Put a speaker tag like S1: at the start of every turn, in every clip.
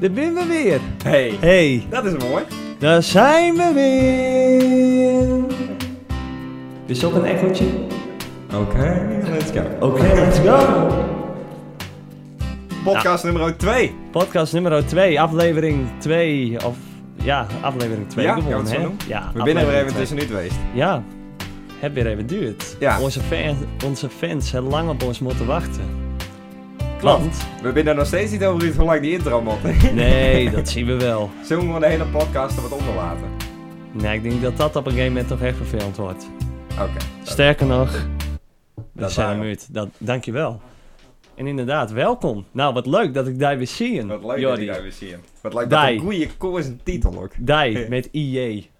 S1: Daar ben we weer.
S2: Hey,
S1: Hey,
S2: dat is mooi.
S1: daar zijn we weer. Is ook een echootje?
S2: Oké, let's go.
S1: Oké, let's go.
S2: Podcast nummer 2.
S1: Podcast nummer 2, aflevering 2. Of ja, aflevering 2
S2: Ja, kan
S1: gewoon,
S2: je het
S1: hè?
S2: zo noemen?
S1: Ja,
S2: We binnen weer
S1: aflevering
S2: even
S1: twee.
S2: tussenuit geweest.
S1: Ja, heb weer even duurt.
S2: Ja.
S1: Onze, fan, onze fans hebben lang op ons moeten wachten.
S2: Klopt.
S1: Want-
S2: We binnen nog steeds niet over hoe lang die intro moet.
S1: Nee, dat zien we wel.
S2: Zullen we gewoon de hele podcast er wat onder laten?
S1: Nee, ik denk dat dat op een gegeven moment toch echt vervelend wordt.
S2: Oké.
S1: Sterker nog, dat zijn
S2: waren we.
S1: we het. Dat, dankjewel. En inderdaad, welkom. Nou, wat leuk dat ik daar weer zie.
S2: Wat leuk dat
S1: Jordi.
S2: ik daar weer zie. Wat lijkt dat
S1: Die.
S2: een goede koers en titel ook.
S1: Dai, met IJ.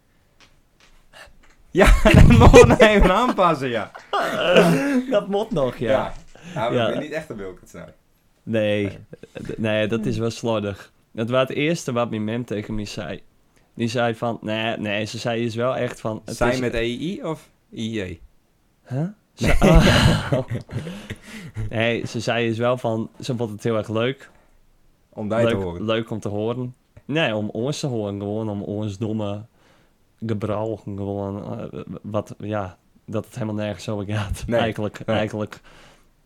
S2: Ja, dat moet we even aanpassen, ja.
S1: Dat mot nog, ja.
S2: Ja. Ja, we
S1: Ja.
S2: zijn niet echt een Wilkinson.
S1: Nee, d- nee, dat is wel slordig. Dat was het eerste wat mijn mem tegen mij zei. Die zei van, nee, nee, ze zei is wel echt van... het
S2: Zijn
S1: is-
S2: met EI of IJ?
S1: Huh? Ze, Ah.
S2: E.
S1: nee, ze zei is wel van, ze vond het heel erg leuk.
S2: Om daar te
S1: Leuk,
S2: horen.
S1: leuk om te horen. Nee, om ons te horen, gewoon om ons domme gebrouw, gewoon eh, wat, ja, dat het helemaal nergens over gaat.
S2: Nee,
S1: eigenlijk,
S2: nee.
S1: eigenlijk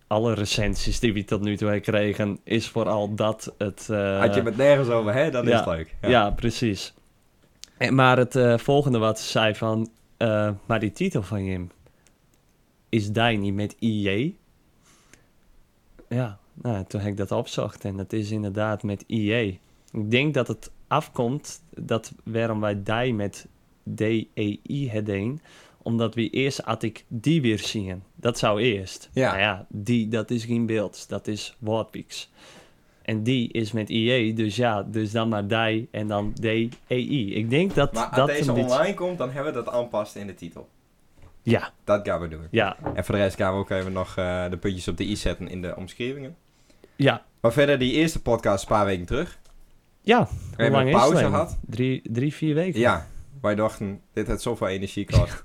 S1: alle recensies die we tot nu toe hebben gekregen, is vooral dat het... eh,
S2: Had je het nergens over, hè? Dan is
S1: ja,
S2: het leuk.
S1: ja. precies. En, maar het eh, volgende wat ze zei van... eh, maar die titel van Jim... Is die niet met IJ? Ja, nou, toen heb ik dat opzocht. En dat is inderdaad met IJ. Ik denk dat het afkomt... dat waarom wij die met D-E-I hadden... omdat we eerst had ik die weer zien. Dat zou eerst.
S2: Ja.
S1: Nou ja, die, dat is geen beeld. Dat is woordpieks. En die is met IE, dus ja, dus dan maar die en dan D-E-I. Ik denk dat
S2: Maar als
S1: dat
S2: deze
S1: een beetje-
S2: online komt, dan hebben we dat aanpast in de titel.
S1: Ja,
S2: Dat gaan we doen.
S1: ja,
S2: En voor de rest gaan we ook even nog eh, de puntjes op de i zetten in de omschrijvingen.
S1: ja,
S2: Maar verder, die eerste podcast een paar weken terug.
S1: ja.
S2: We
S1: Hoe
S2: hebben
S1: lang
S2: een
S1: is het
S2: pauze
S1: alleen?
S2: gehad.
S1: Drie, drie, vier weken?
S2: Ja, wij dachten, dit had zoveel energie kost.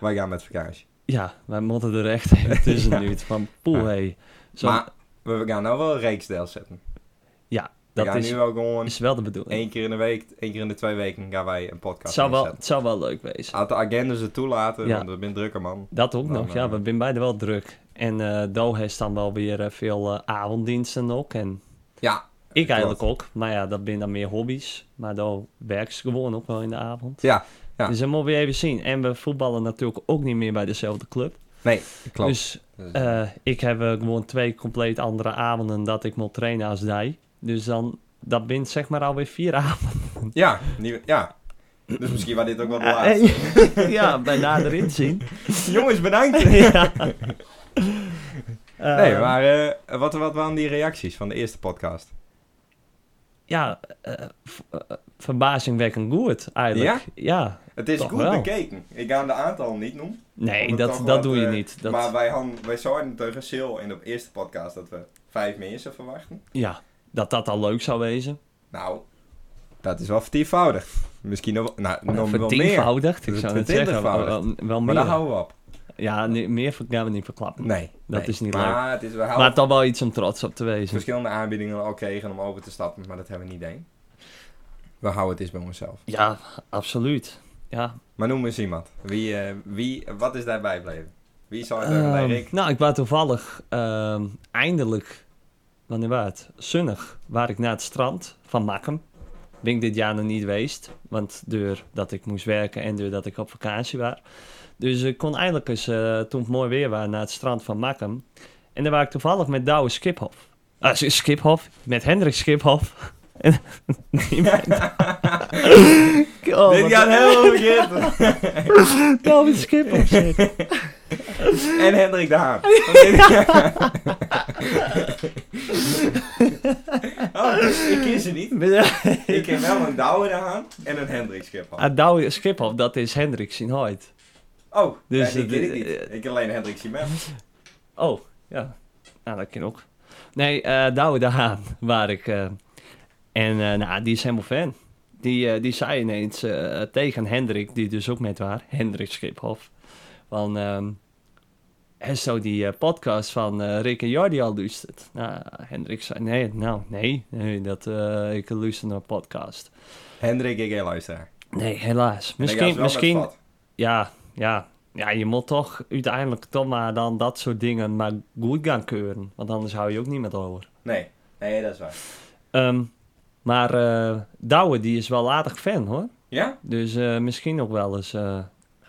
S2: wij gaan met vakantie.
S1: Ja, wij moeten er echt even tussen
S2: Ja.
S1: nu. Van poeh,
S2: Ja.
S1: hey. Zo,
S2: Maar we gaan nou wel een reeksdeel zetten. We
S1: dat
S2: gaan
S1: is,
S2: nu ook gewoon
S1: is wel de bedoeling.
S2: één keer in de week, één keer in de twee weken gaan wij een podcast
S1: Het zou, wel,
S2: neerzetten.
S1: het zou wel leuk wezen.
S2: Laat de agendas het toelaten,
S1: Ja.
S2: want we zijn drukker man.
S1: Dat ook
S2: Nou,
S1: nog,
S2: nou,
S1: ja.
S2: nou.
S1: We zijn beide wel druk. En eh Do heeft dan wel weer eh, veel eh, avonddiensten ook. En
S2: Ja,
S1: Ik eigenlijk ook. Maar ja, dat zijn dan meer hobby's. Maar dan werk ze gewoon ook wel in de avond.
S2: Ja, ja.
S1: Dus dat moeten we even zien. En we voetballen natuurlijk ook niet meer bij dezelfde club.
S2: nee, klopt.
S1: Dus
S2: Dus,
S1: eh, ik heb eh, gewoon twee compleet andere avonden dat ik moet trainen als die. Dus dan, dat bindt zeg maar alweer vier avonden.
S2: ja, nieuwe, ja. Dus misschien was dit ook wel de laatste.
S1: Eh, ja, bij nader inzien.
S2: Jongens, bedankt!
S1: ja.
S2: Nee,
S1: Eh,
S2: maar eh, wat, wat waren die reacties van de eerste podcast?
S1: Ja, eh, v- eh, verbazingwekkend goed eigenlijk. ja.
S2: Het is
S1: Toch
S2: goed
S1: wel.
S2: bekeken. Ik ga de aantal niet noemen.
S1: Nee,
S2: omdat
S1: dat,
S2: toch
S1: dat
S2: wat,
S1: doe je
S2: eh,
S1: niet. Dat,
S2: Maar wij, hadden, wij zouden tegen Sil in de eerste podcast dat we vijf mensen verwachten.
S1: Ja, dat dat al leuk zou wezen.
S2: Nou, dat is wel vertienvoudigd. Misschien nog, nou, nog wel meer.
S1: Vertienvoudigd, ik
S2: Dat
S1: zou
S2: is
S1: net zeggen. Wel,
S2: vertienvoudigd.
S1: wel- wel
S2: Maar daar
S1: meer.
S2: houden we op.
S1: Ja, nee, meer ver- gaan we niet verklappen.
S2: Nee.
S1: Dat
S2: nee.
S1: is niet
S2: maar Het is, we houden
S1: Maar toch wel iets om trots op te wezen.
S2: verschillende aanbiedingen al kregen om over te stappen, maar dat hebben we niet één. We houden het eens bij onszelf.
S1: Ja, absoluut. Ja.
S2: Maar noem eens iemand. Wie, eh, wie, wat is daarbij gebleven? Wie zal het
S1: Ehm,
S2: hebben bij Rick?
S1: nou, ik was toevallig ehm, eindelijk, wanneer was het? Zonnig, waar ik naar het strand van Makkum. Ben ik dit jaar nog niet geweest, want doordat ik moest werken en doordat ik op vakantie was. Dus ik kon eindelijk eens, eh, toen het mooi weer was, naar het strand van Makkum. En daar was ik toevallig met Douwe Skiphof. Ah, S- Skiphof? Met Hendrik Skiphof. En- die met- Oh, wat-
S2: Dit gaat helemaal verkeerd.
S1: Douwe Skiphof. zeg.
S2: en Hendrik de Haan. oh, dus ik ken ze niet. Ik ken wel een Douwe de Haan en een Hendrik Schipper.
S1: Ah, Douwe Skiphof, dat is Hendrik zijn hoid.
S2: Oh,
S1: Dus
S2: dus die
S1: dat-
S2: ken ik niet.
S1: eh,
S2: Ik ken alleen Hendrik Simen.
S1: Oh, ja. Nou, dat kan ook. Nee, eh Douwe de Haan, waar ik... eh, en eh, nou, die is helemaal fan. Die, eh, die zei ineens eh, tegen Hendrik, die dus ook met waar, Hendrik Schiphof, van... ehm, En zo die eh, podcast van eh, Rick en Jordi al luistert. Nou, Hendrik zei, nee, nou, nee, nee dat, eh, ik luister naar een podcast.
S2: Hendrik, ik heel luisteraar.
S1: Nee, helaas. Misschien, misschien, ja, ja. Ja, je moet toch uiteindelijk toch maar dan dat soort dingen maar goed gaan keuren. Want anders hou je ook niet met over.
S2: Nee, nee, dat is waar.
S1: Ehm, maar eh, Douwe, die is wel aardig fan hoor.
S2: Ja?
S1: Dus eh, misschien nog wel eens. eh,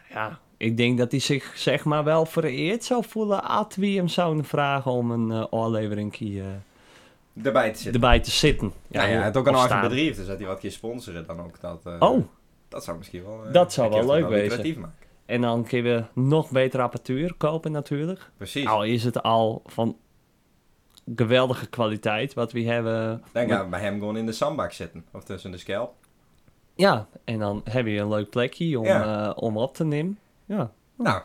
S1: ja, ik denk dat hij zich zeg maar wel vereerd zou voelen. At wie hem zou vragen om een eh oorlevering
S2: Daarbij te zitten.
S1: erbij te zitten.
S2: Ja, nou ja, hij had ook
S1: of
S2: een eigen
S1: staan.
S2: bedrijf, dus dat hij wat keer sponsoren dan ook. Dat, eh,
S1: Oh,
S2: Dat zou misschien wel... eh,
S1: Dat zou
S2: een keer
S1: wel
S2: wat
S1: leuk
S2: meer
S1: wezen.
S2: lucratief maken.
S1: en dan kun je nog beter apparatuur kopen natuurlijk.
S2: Precies.
S1: Al Nou, is het al van geweldige kwaliteit wat we hebben.
S2: Dan gaan we bij hem gewoon in de zandbak zitten. Of tussen de scalp.
S1: Ja, en dan heb je een leuk plekje om,
S2: Ja.
S1: eh, om op te nemen. Ja.
S2: Nou,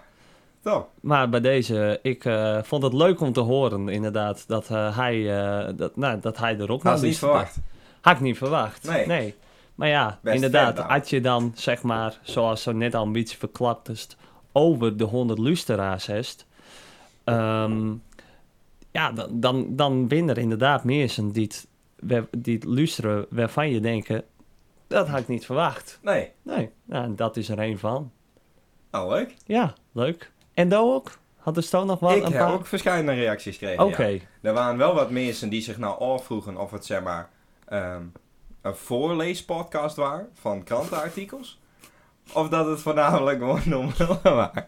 S2: toch.
S1: Maar bij deze, ik eh, vond het leuk om te horen inderdaad dat, eh, hij, eh, dat, nou, dat hij er ook
S2: Had
S1: naar
S2: ze niet
S1: luisterde.
S2: verwacht.
S1: Had ik niet verwacht. Nee.
S2: Nee.
S1: Maar ja,
S2: Best
S1: inderdaad,
S2: fan dan.
S1: had je dan, zeg maar, zoals zo net al een beetje verklapt is, over de 100 luisteraars hebt, ehm, ja, dan, dan, dan winnen er inderdaad mensen die het, waar- die het luisteren waarvan je denken, dat had ik niet verwacht.
S2: Nee.
S1: Nee, nou, en dat is er een van.
S2: Nou, leuk.
S1: Ja, leuk. En Do ook? Had de Stoon nog wel
S2: ik
S1: een
S2: heb
S1: paar?
S2: ook verschillende reacties gekregen.
S1: Oké,
S2: ja. Er waren wel wat mensen die zich nou afvroegen of het zeg maar ehm, een voorleespodcast was van krantenartikels. Of dat het voornamelijk gewoon normaal was.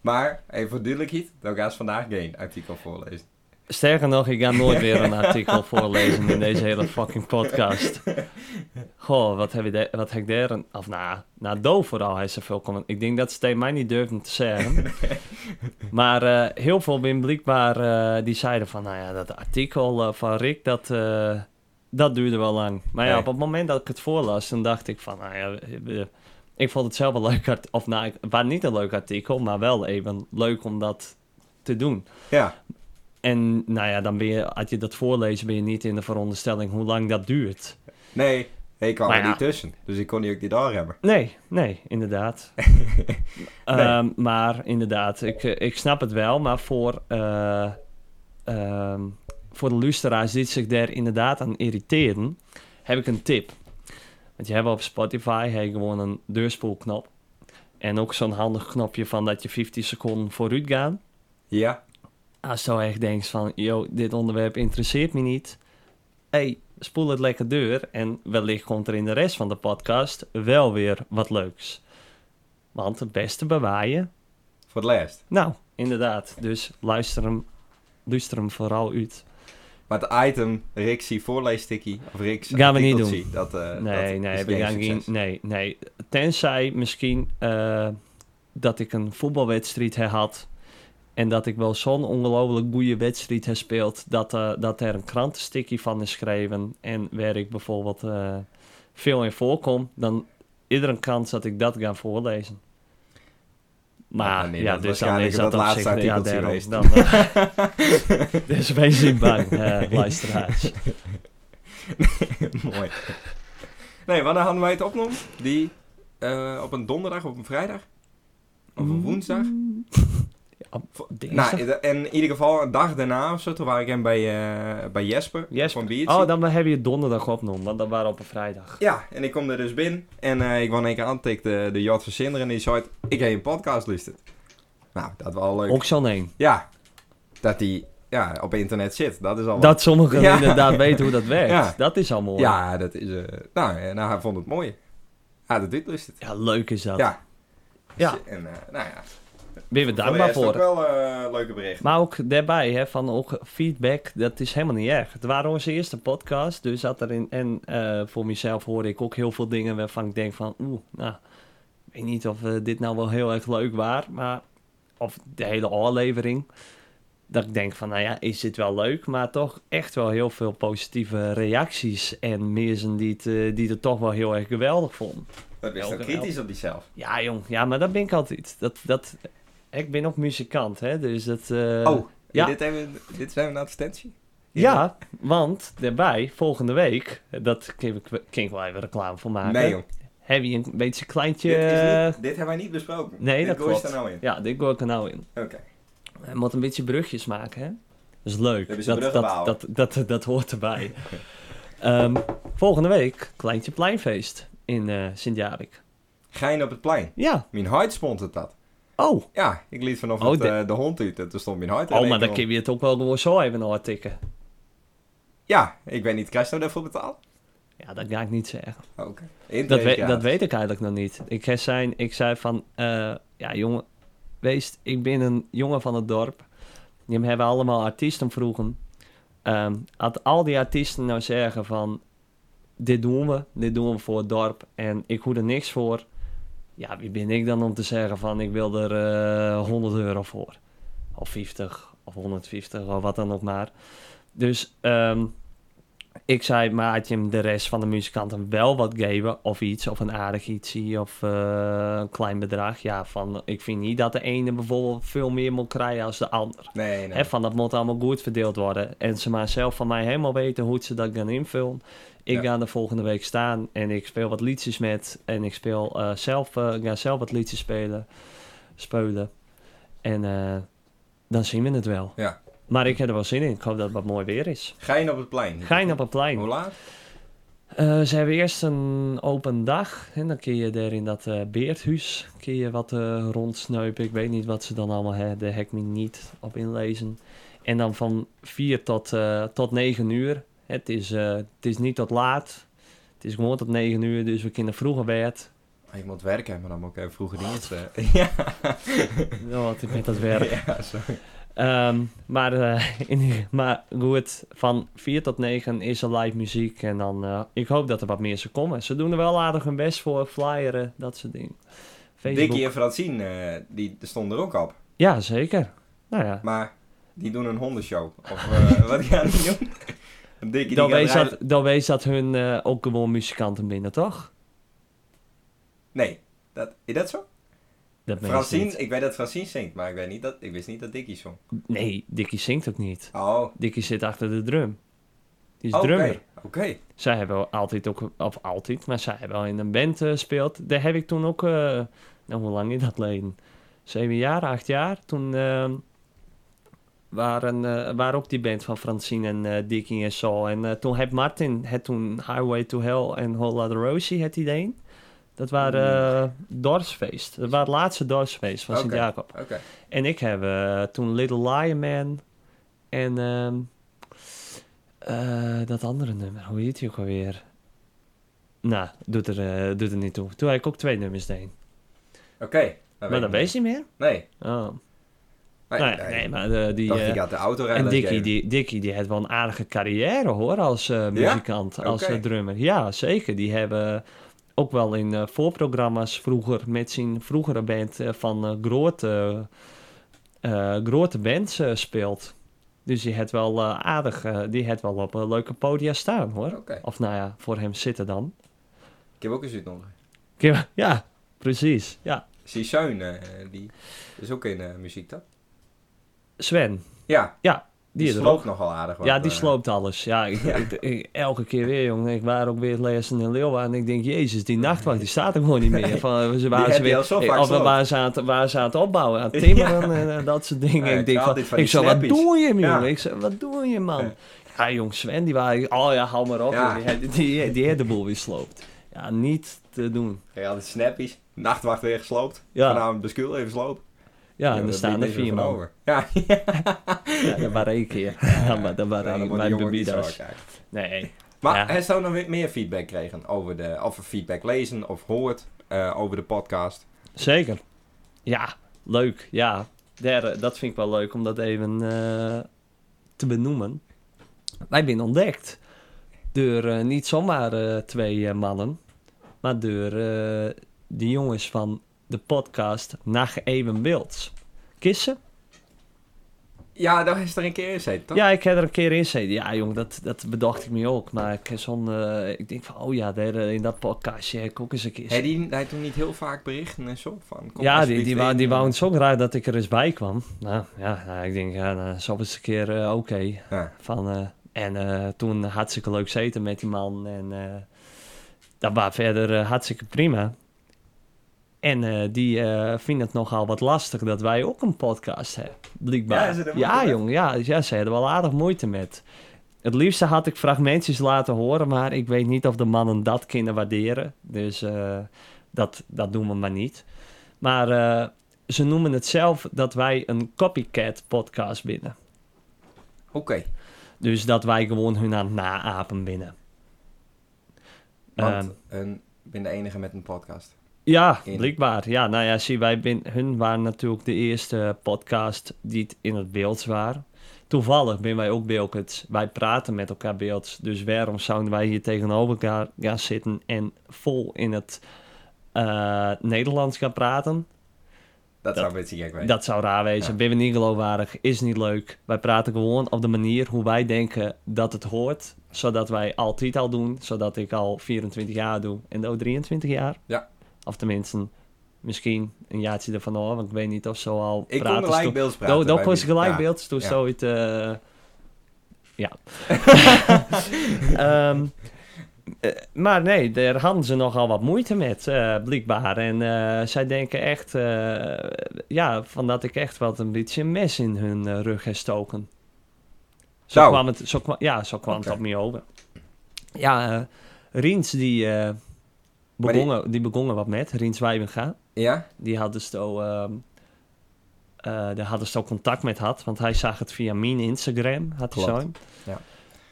S2: Maar, even voor duidelijkheid, dan gaan ze vandaag geen artikel voorlezen.
S1: sterker nog, ik ga nooit weer een artikel voorlezen in deze hele fucking podcast. Goh, wat heb, je daar- wat heb ik daar? een- Of nou, nou doof vooral heeft zoveel comment. Ik denk dat ze tegen mij niet durfden te zeggen. Maar eh, heel veel ben blijkbaar eh, die zeiden van, nou ja, dat artikel eh, van Rick, dat, eh, dat duurde wel lang. Maar ja,
S2: Nee.
S1: op het moment dat ik het voorlas, dan dacht ik van, nou ja, eh, eh, ik vond het zelf wel leuk, art- of nou, ik- het was niet een leuk artikel, maar wel even leuk om dat te doen.
S2: Ja,
S1: En nou ja, dan ben je, als je dat voorlezen, ben je niet in de veronderstelling hoe lang dat duurt.
S2: nee, ik kwam
S1: Maar
S2: er
S1: ja.
S2: niet tussen. Dus ik kon die ook niet daar hebben.
S1: Nee, nee, inderdaad. Ehm, maar inderdaad, ik, eh, ik snap het wel, maar voor, eh, ehm, voor de luisteraars die zich daar inderdaad aan irriteren, heb ik een tip. Want je hebt op Spotify heb je gewoon een deurspoelknop. En ook zo'n handig knopje van dat je 50 seconden vooruit gaat.
S2: Ja,
S1: Als je Ah, zo echt denkt van, yo, dit onderwerp interesseert me niet. hey, spoel het lekker deur. En wellicht komt er in de rest van de podcast wel weer wat leuks. Want het beste bewaaien.
S2: voor het laatst.
S1: Nou, inderdaad. Dus luister hem, luister hem vooral uit.
S2: Maar het item Rixie voorleestikkie of Rix
S1: Gaan we niet
S2: artikeltje, Dat, eh,
S1: nee,
S2: dat
S1: nee,
S2: is
S1: we
S2: geen
S1: gaan geen,
S2: succes.
S1: nee, nee. Tenzij misschien eh, dat ik een voetbalwedstrijd heb had. En dat ik wel zo'n ongelooflijk goede wedstrijd heb speeld. Dat, eh, dat er een krantenstikkie van is geschreven. En waar ik bijvoorbeeld eh, veel in voorkom. Dan is er een kans dat ik dat ga voorlezen. Maar
S2: Ja, Ah, nee,
S1: ja,
S2: dat
S1: dus dan
S2: waarschijnlijk
S1: is dat,
S2: dat
S1: op
S2: laatste
S1: zich... Ja,
S2: artikeltje
S1: daarom,
S2: geweest.
S1: dan, eh, dus wees niet bang, eh, luisteraars.
S2: Mooi. Nee, wanneer hadden wij het opgenomen? Die eh, op een donderdag, op een vrijdag? Of
S1: Hmm.
S2: een woensdag?
S1: Ja,
S2: Vo-
S1: dinsdag?
S2: Nou, in- in ieder geval een dag daarna of zo, toen waren ik hem bij, eh, bij Jesper,
S1: Jesper.
S2: van Biertje.
S1: Oh, dan heb je het donderdag opgenomen, want dat waren op een vrijdag.
S2: Ja, en ik kom er dus binnen en eh, ik wou een keer aantikt de, de Jort van Sinderen en die zei, ik heb een podcast luisterd. Nou, dat was al leuk.
S1: Ook zo'n één.
S2: Ja, dat die ja, op internet zit, dat is al
S1: Dat sommigen
S2: Ja.
S1: inderdaad weten hoe dat werkt.
S2: Ja.
S1: Dat is al mooi.
S2: Ja, dat is, eh, nou, eh, nou, hij vond het mooi. Ja, dat dit luistert.
S1: Ja, leuk is dat.
S2: Ja.
S1: Ja.
S2: En, eh, nou ja.
S1: Ben je
S2: Voor
S1: dankbaar
S2: de rest
S1: voor.
S2: ook wel eh, leuke berichten.
S1: Maar ook daarbij, hè, van ook feedback, dat is helemaal niet erg. Het waren onze eerste podcast, dus zat erin. En eh, voor mezelf hoorde ik ook heel veel dingen waarvan ik denk van, oeh, nou, ik weet niet of eh, dit nou wel heel erg leuk was, maar, of de hele aflevering. Dat ik denk van, nou ja, is dit wel leuk? Maar toch echt wel heel veel positieve reacties. En mensen die het, eh, die het toch wel heel erg geweldig vonden.
S2: Dat is
S1: Elke
S2: dan kritisch op jezelf.
S1: Ja, jong. Ja, maar dat ben ik altijd. Dat, dat, ik ben ook muzikant, hè. Dus dat... eh,
S2: oh,
S1: ja.
S2: dit, hebben, we- dit zijn we een advertentie?
S1: Ja, want daarbij, volgende week, dat kan ik kan ik wel even reclame voor maken.
S2: Nee, jong.
S1: Heb je een beetje kleintje...
S2: Dit, is niet, dit hebben wij niet besproken.
S1: Nee,
S2: dit
S1: dat
S2: gooi je
S1: klopt.
S2: er nou in.
S1: Ja, dit gooi ik er nou in.
S2: Oké.
S1: Hij moet een beetje brugjes maken, hè? Dat is
S2: Hebben
S1: leuk.
S2: ze
S1: Dat, dat,
S2: bruggen
S1: dat,
S2: bouwen?
S1: dat, dat, hoort erbij. Ehm, volgende week, Kleintje Pleinfeest in eh Sint-Jarik.
S2: Gein op het plein.
S1: Ja.
S2: Mijn hart spond het dat.
S1: Oh.
S2: Ja, ik liet vanaf
S1: Oh,
S2: het,
S1: de-
S2: eh, de hond uit en toen stond mijn hart
S1: Oh, maar dan kun je het ook wel gewoon zo even doortikken.
S2: Ja, ik weet niet, krijg je nou daarvoor betaald?
S1: Ja, dat ga ik niet zeggen.
S2: Oké.
S1: Dat,
S2: Intake,
S1: we-
S2: ja.
S1: dat weet ik eigenlijk nog niet. Ik, heb zijn, ik zei van, eh, ja jongen, wees, ik ben een jongen van het dorp. Die hebben allemaal artiesten vroegen. Ehm had al die artiesten nou zeggen van, dit doen we, dit doen we voor het dorp en ik hoef er niks voor. Ja, wie ben ik dan om te zeggen van, ik wil er eh 100 euro voor. Of 50, of 150, of wat dan ook maar. Dus ehm, ik zei, maar had je hem de rest van de muzikanten wel wat geven of iets, of een aardig ietsie, of eh, een klein bedrag. Ja, van, ik vind niet dat de ene bijvoorbeeld veel meer moet krijgen als de ander.
S2: Nee, nee.
S1: Hè, van, dat moet allemaal goed verdeeld worden. En ze maar zelf van mij helemaal weten hoe ze dat gaan invullen. Ik
S2: Ja.
S1: ga er volgende week staan en ik speel wat liedjes met. En ik speel eh, zelf, eh, ik ga zelf wat liedjes spelen, spelen. En eh, dan zien we het wel.
S2: Ja.
S1: Maar ik heb er wel zin in. Ik hoop dat het wat mooi weer is.
S2: Gein op het plein.
S1: Gein op het plein.
S2: Hoe laat?
S1: Eh, ze hebben eerst een open dag. En dan kun je daar in dat eh, beerthuis kun je wat eh, rondsneupen. Ik weet niet wat ze dan allemaal hebben. Daar heb ik me niet op inlezen. En dan van 4 tot, eh, tot 9 uur. Het is, eh, het is niet tot laat. Het is gewoon tot 9 uur. Dus we kunnen vroeger bed.
S2: Ah, Ik moet werken, maar dan moet ik even vroeger dienst. eh. Ja.
S1: Oh, wat Ah. is met dat werk.
S2: Ja, sorry.
S1: Ehm, maar, eh, in, maar goed, van 4 tot 9 is er live muziek. En dan, eh, ik hoop dat er wat meer ze komen. Ze doen er wel aardig hun best voor, flyeren, dat soort dingen. Facebook.
S2: Dickie en Francine, eh, die stonden er ook op.
S1: Ja, zeker. Nou ja,
S2: Maar die doen een hondenshow. Of eh, wat gaan die doen? Dickie die
S1: dan
S2: gaat
S1: wees,
S2: rijden-
S1: dat, dan wees dat hun eh, ook gewoon muzikanten binnen, toch?
S2: Nee, dat, is dat zo?
S1: Dat meen ik
S2: Francine,
S1: niet.
S2: ik weet dat Francine zingt, maar ik, weet niet dat, ik wist niet dat Dickie zong.
S1: Nee, Dickie zingt ook niet.
S2: Oh,
S1: Dickie zit achter de drum. Die is
S2: oké.
S1: drummer.
S2: Oké.
S1: Zij hebben altijd ook, of altijd, maar zij hebben al in een band eh, gespeeld. Daar heb ik toen ook, eh, nou hoe lang is dat geleden? Zeven jaar, acht jaar. Toen eh, waren, eh, waren ook die band van Francine en eh, Dickie en Saul. En eh, toen heb Martin, het toen Highway to Hell en Whole Lotta Rosie het idee. Dat waren eh Dorsfeest. Dat was het laatste Dorsfeest van
S2: Oké.
S1: Sint-Jacob.
S2: Oké.
S1: En ik heb eh, toen Little Lion Man en ehm, eh, dat andere nummer, hoe heet die ook alweer? Nou, doet er, eh, doet er niet toe. Toen had ik ook twee nummers deed.
S2: Oké.
S1: Maar dat wees je niet meer?
S2: Nee.
S1: Oh.
S2: Nee,
S1: nou, ja, nee, maar de, die...
S2: dacht,
S1: eh,
S2: ik had de auto
S1: en
S2: rijden.
S1: Dickie, die, Dickie, die heeft wel een aardige carrière hoor, als eh, muzikant, als
S2: Oké.
S1: eh, drummer. Ja, zeker. Die hebben ook wel in eh, voorprogramma's vroeger met zijn vroegere band eh, van eh, grote, eh, grote bands eh, speelt. Dus die heeft wel eh, aardig, eh, die heeft wel op eh, leuke podia staan hoor.
S2: Oké.
S1: Of nou ja, voor hem zitten dan.
S2: Ik heb ook eens uitnodigd.
S1: Kim- Ja, precies. Ja.
S2: Ciceun, eh, die is ook in eh, muziek, toch?
S1: Sven,
S2: Ja,
S1: die,
S2: die,
S1: is er ook.
S2: sloopt nogal aardig. wat,
S1: Ja, die
S2: eh,
S1: sloopt alles. Ja, ik, ik- ik- elke keer weer, jongen. Ik was ook weer het lezen in Leeuwarden. En ik denk, jezus, die nachtwacht, die staat er gewoon niet meer. Van, ze waren
S2: heb
S1: ze
S2: je
S1: weer,
S2: al zo
S1: eh,
S2: vaak
S1: of we
S2: gesloopt.
S1: waren ze aan het, waren ze aan het opbouwen, aan het timmeren en eh, dat soort dingen.
S2: Ja,
S1: ik
S2: ik
S1: denk
S2: haal
S1: van,
S2: dit van
S1: ik
S2: die
S1: zei, wat
S2: snappies.
S1: doe je, man?
S2: Ja.
S1: Ik zei, wat doe je, man?
S2: Ja.
S1: Ja, jong, Sven, die waren, oh ja, hou maar op.
S2: Ja.
S1: joh. Die had- Die die- die had de boel weer sloopt. Ja, niet te doen.
S2: Ja, de snappies. Nachtwacht weer gesloopt.
S1: Ja.
S2: Vanavond de skuul even sloopt.
S1: Ja, en er staan er vier man.
S2: over. Ja,
S1: Ja, dat waren één keer. Ja, maar dat
S2: ja,
S1: waren
S2: dan
S1: één,
S2: wordt die
S1: mijn
S2: jongen niet zo
S1: bebieders.
S2: hard eigenlijk.
S1: Nee.
S2: Maar
S1: Ja.
S2: hij zou nog weer meer feedback krijgen over de... Of feedback lezen of hoort eh, over de podcast.
S1: Zeker. Ja, leuk. Ja, Daar, eh, dat vind ik wel leuk om dat even eh, te benoemen. Wij zijn ontdekt door eh, niet zomaar eh, twee eh, mannen, maar door eh de jongens van de podcast Nacht Even Wilds. Kissen?
S2: Ja, daar is er een keer in zitten, toch?
S1: Ja, ik heb er een keer in gezeten. Ja, jong, dat, dat bedacht ik me ook. Maar ik, heb zo'n, eh, ik denk van, oh ja, daar, eh, in dat podcastje heb ik ook eens een keer
S2: Hij, die, hij toen niet heel vaak berichten en zo van... kom
S1: ja, die,
S2: alsjeblieft eh.
S1: die, wou,
S2: in.
S1: die wou het zo graag dat ik er eens bij kwam. Nou ja, nou, ik denk, ja, nou, zo is het een keer eh, oké.
S2: Ja.
S1: Van, eh, en eh, toen hartstikke leuk zeten met die man. En eh, dat was verder eh, hartstikke prima. En eh, die eh vinden het nogal wat lastig dat wij ook een podcast hebben,
S2: Ja,
S1: blijkbaar.
S2: ze hebben
S1: Ja,
S2: moeite
S1: jong, ja, ja, ze hadden wel aardig moeite met. Het liefste had ik fragmentjes laten horen, maar ik weet niet of de mannen dat kunnen waarderen. Dus eh, dat, dat doen we maar niet. Maar eh, ze noemen het zelf dat wij een copycat podcast binnen.
S2: Oké.
S1: Dus dat wij gewoon hun aan het naapen binnen.
S2: Want
S1: Ehm,
S2: hun- ik ben de enige met een podcast.
S1: Ja,
S2: In-
S1: blijkbaar. Ja, nou ja, zie, wij bin, hun waren natuurlijk de eerste podcast die het in het beeld waren. Toevallig ben wij ook beeldend. Wij praten met elkaar beelds. Dus waarom zouden wij hier tegenover elkaar gaan zitten en vol in het eh, Nederlands gaan praten?
S2: Dat,
S1: Dat-
S2: zou een beetje gek zijn.
S1: Dat zou raar wezen.
S2: Ja.
S1: Ben we niet geloofwaardig, is niet leuk. Wij praten gewoon op de manier hoe wij denken dat het hoort. Zodat wij altijd al doen. Zodat ik al 24 jaar doe. En de 23 jaar.
S2: Ja.
S1: Of tenminste, misschien een jaartje ervan hoor. Want ik weet niet of zo al
S2: ik kon gelijk beeld praten.
S1: Dat
S2: bij
S1: was
S2: wie-
S1: gelijk
S2: ja.
S1: beeld. Toen
S2: ja.
S1: zoiets... eh, ja. Ehm, eh, maar nee, daar hadden ze nogal wat moeite met, eh, blijkbaar. En eh, zij denken echt, eh, ja, van dat ik echt wat een beetje een mes in hun eh, rug heb stoken. Zo
S2: Nou.
S1: kwam het, zo kwam, ja, zo kwam
S2: Oké.
S1: het op me over. Ja, eh, Riens die, eh
S2: Maar die-
S1: begonnen, die... begonnen wat met, Riens Wijbenga.
S2: Ja?
S1: Die hadden zo, ehm eh, daar hadden zo contact met had, want hij zag het via mijn Instagram, had hij
S2: Klopt,
S1: zo.
S2: ja.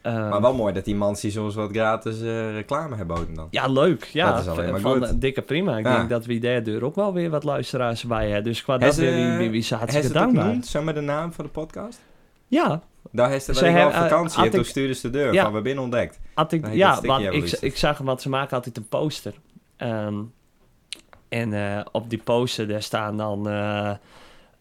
S1: Ehm,
S2: maar wel mooi dat die mans die soms wat gratis eh, reclame hebben boden dan.
S1: ja, leuk. Ja,
S2: Dat is alleen maar
S1: van
S2: goed.
S1: eh, dikke prima. Ik
S2: Ja.
S1: denk dat we daardoor ook wel weer wat luisteraars bij hebben. Dus qua
S2: Hij
S1: dat
S2: ze-
S1: weer wie- wie- wie ze
S2: Heeft
S1: hartstikke
S2: ze eh, het ook
S1: dankbaar.
S2: genoemd, zeg maar de naam van de podcast?
S1: Ja,
S2: Daar heeft ze
S1: Ze
S2: wel ik wel op
S1: hebben, eh,
S2: vakantie
S1: had
S2: en toen
S1: ik-
S2: stuurde ze de deur
S1: Ja.
S2: van we binnen ontdekt.
S1: had ik,
S2: Nee, dat
S1: ja
S2: stukje
S1: want
S2: hebben
S1: ik,
S2: we
S1: ik zag, want ze maken altijd een poster. Ehm, en eh, op die poster daar staan dan eh,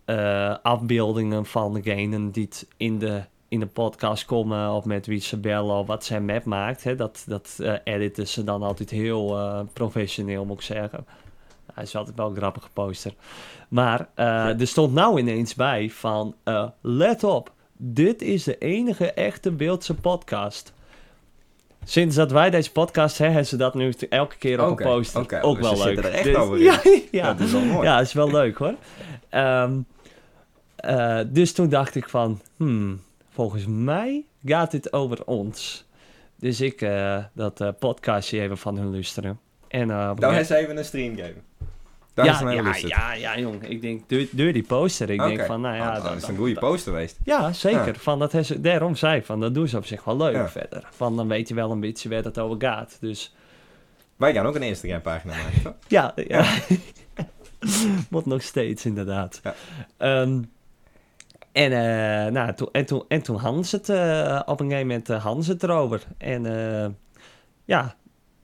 S1: eh, afbeeldingen van degenen die het in de, in de podcast komen. Of met wie ze bellen of wat zij map maakt. Hè. Dat, dat eh, editen ze dan altijd heel eh, professioneel, moet ik zeggen. Hij is altijd wel een grappige poster. Maar eh, er stond nou ineens bij van... eh, let op, dit is de enige echte Beeldse podcast. Sinds dat wij deze podcast hebben, hebben ze dat nu elke keer op
S2: Oké,
S1: een poster.
S2: oké,
S1: Ook
S2: dus
S1: wel
S2: ze
S1: leuk.
S2: zitten er echt
S1: Dus-
S2: over in.
S1: ja, ja.
S2: Dat is wel mooi.
S1: Ja, is wel leuk hoor. Ehm, eh, dus toen dacht ik van, hmm, volgens mij gaat dit over ons. Dus ik eh, dat eh, podcastje even van hun luisteren. En, eh, op een
S2: Daar
S1: gegeven-
S2: heeft ze even een stream game. Daar is
S1: ja,
S2: ze mee
S1: ja,
S2: geluisterd.
S1: ja, ja, jong. Ik denk, door, door die poster. Ik denk
S2: Oké.
S1: van, nou
S2: Ah,
S1: ja...
S2: dat,
S1: dat-
S2: is een goede post geweest.
S1: ja, zeker.
S2: Ja.
S1: Van dat is, daarom zei ik van, dat doen ze op zich wel leuk
S2: Ja.
S1: verder. Van, dan weet je wel een beetje waar het over gaat. Dus
S2: Wij gaan ook een Instagram pagina maken. toch?
S1: ja, ja. moet nog steeds inderdaad.
S2: Ja.
S1: Ehm, en, eh, nou, toen, en, toen, en toen Hans het, eh, op een gegeven moment eh, Hans het erover. En eh, ja,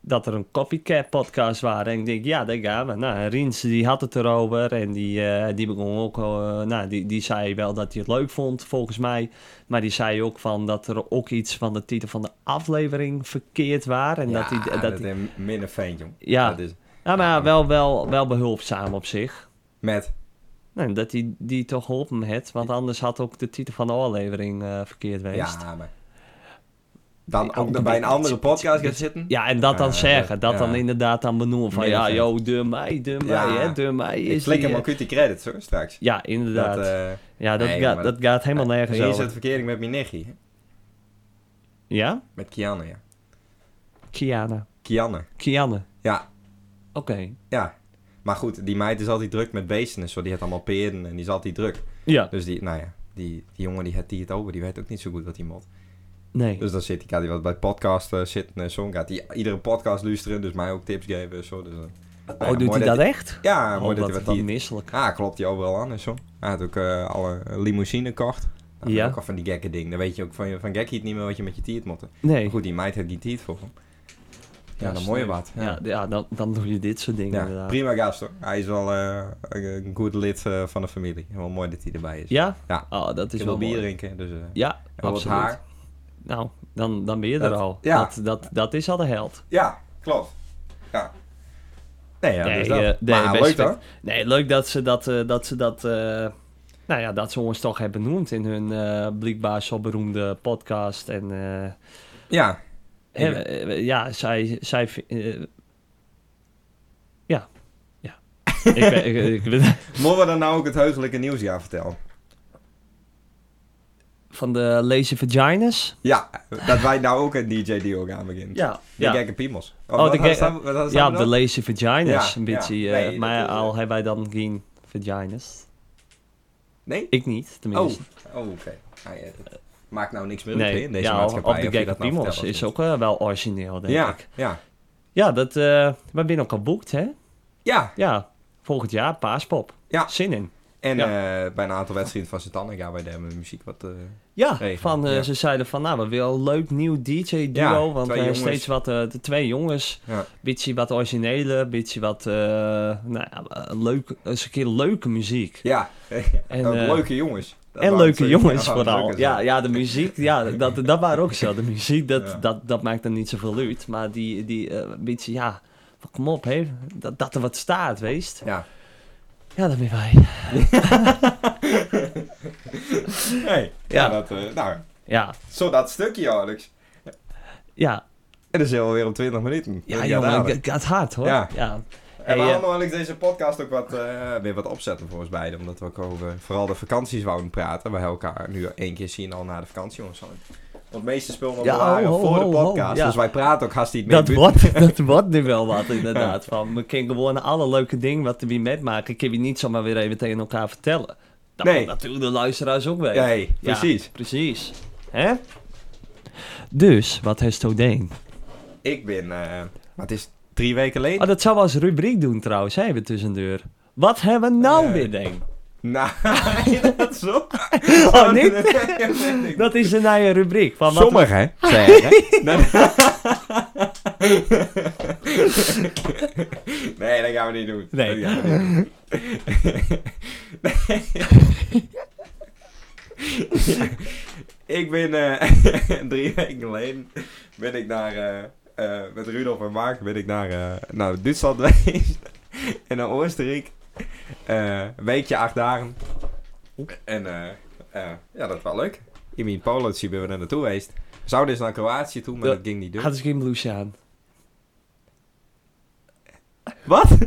S1: dat er een copycat podcast waren. En ik denk, ja, daar gaan we. Nou, en Riens die had het erover en die, eh, die begon ook, eh, nou, die, die zei wel dat hij het leuk vond, volgens mij. Maar die zei ook van dat er ook iets van de titel van de aflevering verkeerd was. En dat hij, dat,
S2: dat
S1: hij-
S2: is een min een feintje. jong.
S1: Ja.
S2: Dat is
S1: ja, maar wel, wel, wel behulpzaam op zich.
S2: met.
S1: Nou, dat hij die toch geholpen heeft, want anders had ook de titel van de aflevering eh, verkeerd geweest. Ja. oh,
S2: Ja, maar. Dan
S1: Ja,
S2: ook
S1: dit-
S2: nog bij een
S1: dit-
S2: andere
S1: dit-
S2: podcast gaat zitten.
S1: en dat dan
S2: Eh,
S1: zeggen, dat
S2: ja.
S1: dan inderdaad dan benoemen van
S2: Meer
S1: ja,
S2: dan-
S1: joh, de mij, de mij,
S2: Ja.
S1: hè, de mij
S2: Ik
S1: is
S2: klik
S1: die,
S2: hem
S1: eh.
S2: ook uit die credits hoor, straks.
S1: Ja, inderdaad.
S2: Dat, eh,
S1: ja, dat,
S2: nee,
S1: gaat,
S2: maar eh,
S1: dat gaat helemaal nergens
S2: hier
S1: over.
S2: zit verkering met mijn nichtje. hè?
S1: Ja?
S2: Met Kianne, ja.
S1: Kiana.
S2: Kianne.
S1: Kianne.
S2: Ja,
S1: Oké.
S2: ja. Maar goed, die meid is altijd druk met beesten en zo. Die heeft allemaal peren en die is altijd druk.
S1: Ja.
S2: Dus die, nou ja, die, die jongen die het, die het over, die weet ook niet zo goed wat hij moet.
S1: Nee.
S2: Dus dan zit hij, gaat hij wat bij podcast eh, zitten en zo. Dan Gaat hij iedere podcast luisteren, dus mij ook tips geven en zo. Dus, eh, nou ja,
S1: oh,
S2: mooi
S1: doet hij dat echt?
S2: Ja,
S1: Oh,
S2: mooi dat
S1: dat
S2: hij wat
S1: dan
S2: die-
S1: misselijk.
S2: Ah, klopt hij overal aan en zo. Hij had ook eh, alle limousine gekocht. Dat
S1: Ja.
S2: ja. Ook al van die gekke ding. Dan weet je ook van, je- van gek niet meer wat je met je tiert moet.
S1: Nee.
S2: Maar goed, die meid heeft die tiert voor hem. Ja, dan mooi wat.
S1: Ja, d- ja dan, dan doe je dit soort dingen
S2: Ja,
S1: inderdaad.
S2: prima gast hoor. Hij is wel eh, een goed lid eh, van de familie. Wel mooi dat hij erbij is.
S1: Ja?
S2: Ja.
S1: Oh, dat
S2: Ik
S1: is
S2: wil
S1: wel
S2: bier
S1: mooi.
S2: drinken, dus eh
S1: Ja,
S2: en wat
S1: absoluut.
S2: haar.
S1: Nou, dan, dan ben je er
S2: Dat-
S1: al.
S2: ja.
S1: Dat, dat, dat is al de held.
S2: Ja, klopt. Ja. Nee, ja,
S1: Nee,
S2: dus dat.
S1: eh, nee,
S2: maar
S1: best
S2: leuk
S1: vet.
S2: hoor.
S1: Nee, leuk dat ze dat, eh, dat ze dat, eh, nou ja, dat ze ons toch hebben benoemd in hun eh blijkbaar zo beroemde podcast. En eh,
S2: Ja.
S1: hè, eh, ja, zij, zij, eh, ja, ja. ik, weet- ik, ik, weet-
S2: Moeten we dan nou ook het heugelijke nieuws ja vertellen?
S1: van de lazy vaginas.
S2: Ja, dat wij nou ook een DJ Dio gaan beginnen.
S1: Ja,
S2: De
S1: ja.
S2: gekke piemels.
S1: Oh, de gek- ja de
S2: de
S1: lazy vaginas
S2: Ja,
S1: een beetje.
S2: ja.
S1: eh,
S2: Nee, dat
S1: maar
S2: is, eh,
S1: al hebben wij dan geen vaginas.
S2: Nee?
S1: Ik niet,
S2: Oh,
S1: tenminste.
S2: oh oké. Ah, ja, dat maakt nou niks meer uit hè,
S1: nee,
S2: in deze
S1: ja,
S2: maatschappij.
S1: op de
S2: of je
S1: Gek
S2: dat nou
S1: Piemels
S2: vertelt of
S1: is
S2: niet.
S1: ook eh, wel origineel, denk
S2: ja,
S1: ik.
S2: ja,
S1: Ja, dat, eh we zijn ook al boekt, hè?
S2: ja.
S1: Ja, volgend jaar paaspop.
S2: Ja.
S1: Zin in.
S2: En
S1: Ja.
S2: eh, bij een aantal wedstrijden van Satan gaan wij daar met muziek wat... eh,
S1: Ja,
S2: Regelen,
S1: van, eh,
S2: ja.
S1: ze zeiden van, nou, we willen een leuk nieuw DJ-duo.
S2: Ja,
S1: want
S2: twee
S1: we hebben
S2: jongens.
S1: steeds wat, eh, de twee jongens.
S2: Ja.
S1: Beetje wat originele, beetje wat, eh, nou ja, eh, leuk, eens een keer leuke muziek.
S2: ja,
S1: En,
S2: ook
S1: eh,
S2: leuke jongens. Dat
S1: en
S2: wou ik
S1: leuke
S2: zeggen.
S1: jongens
S2: Ja,
S1: vooral.
S2: leuke
S1: Ja,
S2: zijn.
S1: ja, de muziek, ja, dat, dat waren ook zo. De muziek, dat,
S2: Ja.
S1: dat, dat maakt dan niet zoveel uit. Maar die, die eh, een beetje, ja, van, kom op, hè. Dat, dat er wat staat, weest.
S2: Ja.
S1: Ja, dat ben wij.
S2: Hey,
S1: Ja.
S2: ja. Dat, eh, nou,
S1: Ja,
S2: zo dat stukje, Alex.
S1: ja.
S2: En dan zijn we weer om 20 minuten.
S1: Ja,
S2: Dat
S1: jongen,
S2: gaat
S1: het gaat hard, hoor.
S2: Ja.
S1: ja.
S2: En we
S1: Hey, eh,
S2: hadden eigenlijk deze podcast ook wat, eh, weer wat opzetten voor ons beiden. Omdat we ook over vooral de vakanties wouden praten. We elkaar nu één keer zien al na de vakantie, jongens. Want het meeste spul wat we
S1: Ja, oh,
S2: waren
S1: ho, ho,
S2: voor
S1: ho,
S2: de
S1: ho,
S2: podcast.
S1: ja.
S2: Dus wij praten ook haast niet meer.
S1: Dat wordt, dat wordt nu wel wat, inderdaad. Van, we kunnen gewoon alle leuke dingen wat we metmaken, kunnen we niet zomaar weer even tegen elkaar vertellen. Dat
S2: Nee.
S1: moet natuurlijk de luisteraars ook weten.
S2: Nee,
S1: Ja,
S2: precies.
S1: precies. Hè? Dus, wat heeft Odeen?
S2: Ik ben, eh, wat is het, drie weken geleden?
S1: Oh, dat zou we als rubriek doen trouwens, hè, we tussendoor. Wat hebben we nou
S2: Eh,
S1: weer, Deen?
S2: Nou, dat is zo.
S1: Oh, niet?
S2: Nee, nee, nee.
S1: Dat is een nieuwe rubriek. Van wat
S2: Sommigen, zei hij, hè? Nee, dat gaan we niet doen.
S1: Nee.
S2: Dat gaan we niet doen. Nee. ik ben eh, drie weken geleden ben ik naar, eh, eh, met Rudolf en Mark ben ik naar, eh, naar Duitsland geweest en naar Oostenrijk. Eh, een weekje, acht dagen. En eh, eh, ja, dat was leuk. Ik ben in Polen, dus ben we er naartoe geweest. We zouden eens naar Kroatië toe, maar
S1: Ja.
S2: dat ging niet door.
S1: Had ze dus geen blouse aan?
S2: Wat?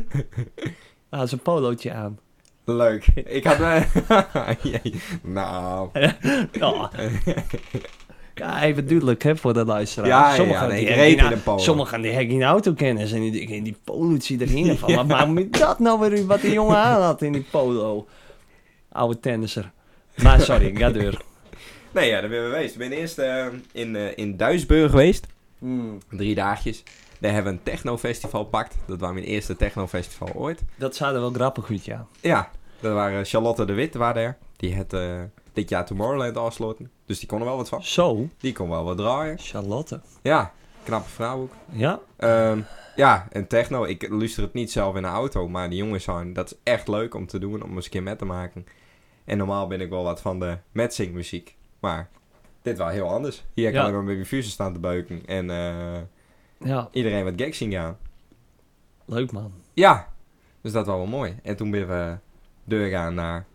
S1: Had ze een polootje aan?
S2: Leuk. Ik had... eh, jee. nou...
S1: Ja. Oh. Ja, even duidelijk hè, voor de luisteraar.
S2: Ja, ja,
S1: sommigen
S2: nee,
S1: die
S2: ik
S1: hebben
S2: reed
S1: geen
S2: in
S1: au-
S2: een Polo.
S1: Sommigen die hebben geen autokennis en die denken, die politie erin. Van, Wat maakt me dat nou weer uit wat die jongen aan had in die polo? Oude tennisser. Maar sorry, ga door.
S2: Nee, ja, daar ben we geweest. Ik ben eerst eh, in, eh, in Duisburg geweest. Drie dagjes. Daar hebben we een technofestival gepakt. Dat was mijn eerste technofestival ooit.
S1: Dat zou er wel grappig uit, ja.
S2: Ja, dat waren Charlotte de Wit waren er. Die had eh, dit jaar Tomorrowland afsloten. Dus die kon er wel wat van.
S1: Zo,
S2: Die kon wel wat draaien.
S1: Charlotte.
S2: Ja, knappe vrouw ook.
S1: Ja,
S2: Ehm, ja, en techno. Ik luister het niet zelf in de auto, maar die jongens zijn... Dat is echt leuk om te doen, om eens een keer met te maken. En normaal ben ik wel wat van de metzingmuziek. Maar dit was heel anders. Hier kan
S1: Ja.
S2: ik maar met mijn fusen staan te beuken. En eh,
S1: ja,
S2: iedereen wat gek zien gaan.
S1: leuk man.
S2: Ja, dus dat was wel mooi. En toen ben we deur gaan naar...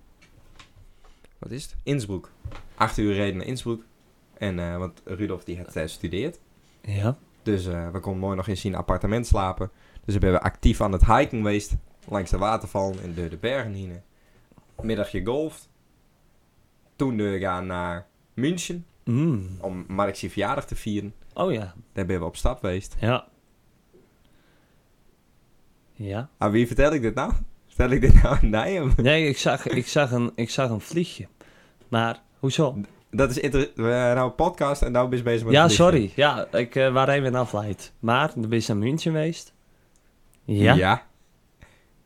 S2: Wat is het? Innsbruck. Acht uur reden naar Innsbruck. En, eh, want Rudolf die had eh, studeerd.
S1: Ja,
S2: Dus eh, we konden mooi nog eens in een appartement slapen. Dus we hebben actief aan het hiking geweest. Langs de waterval en door de bergen heen. Middagje golft. Toen we gaan naar München.
S1: Mm.
S2: Om Mark's verjaardag te vieren.
S1: oh ja,
S2: Daar ben we op stap geweest.
S1: ja. Ja.
S2: Aan wie vertel ik dit nou? Vertel ik dit nou aan Nijem?
S1: Nee, ik zag, ik zag, een, ik zag een vliegje. Maar, hoezo?
S2: Dat is inter- we hebben nou een podcast en nou ben je bezig met
S1: Ja,
S2: het liedje.
S1: sorry. Ja, ik eh waar even afleid. Maar, er ben je naar München geweest. Ja,
S2: ja.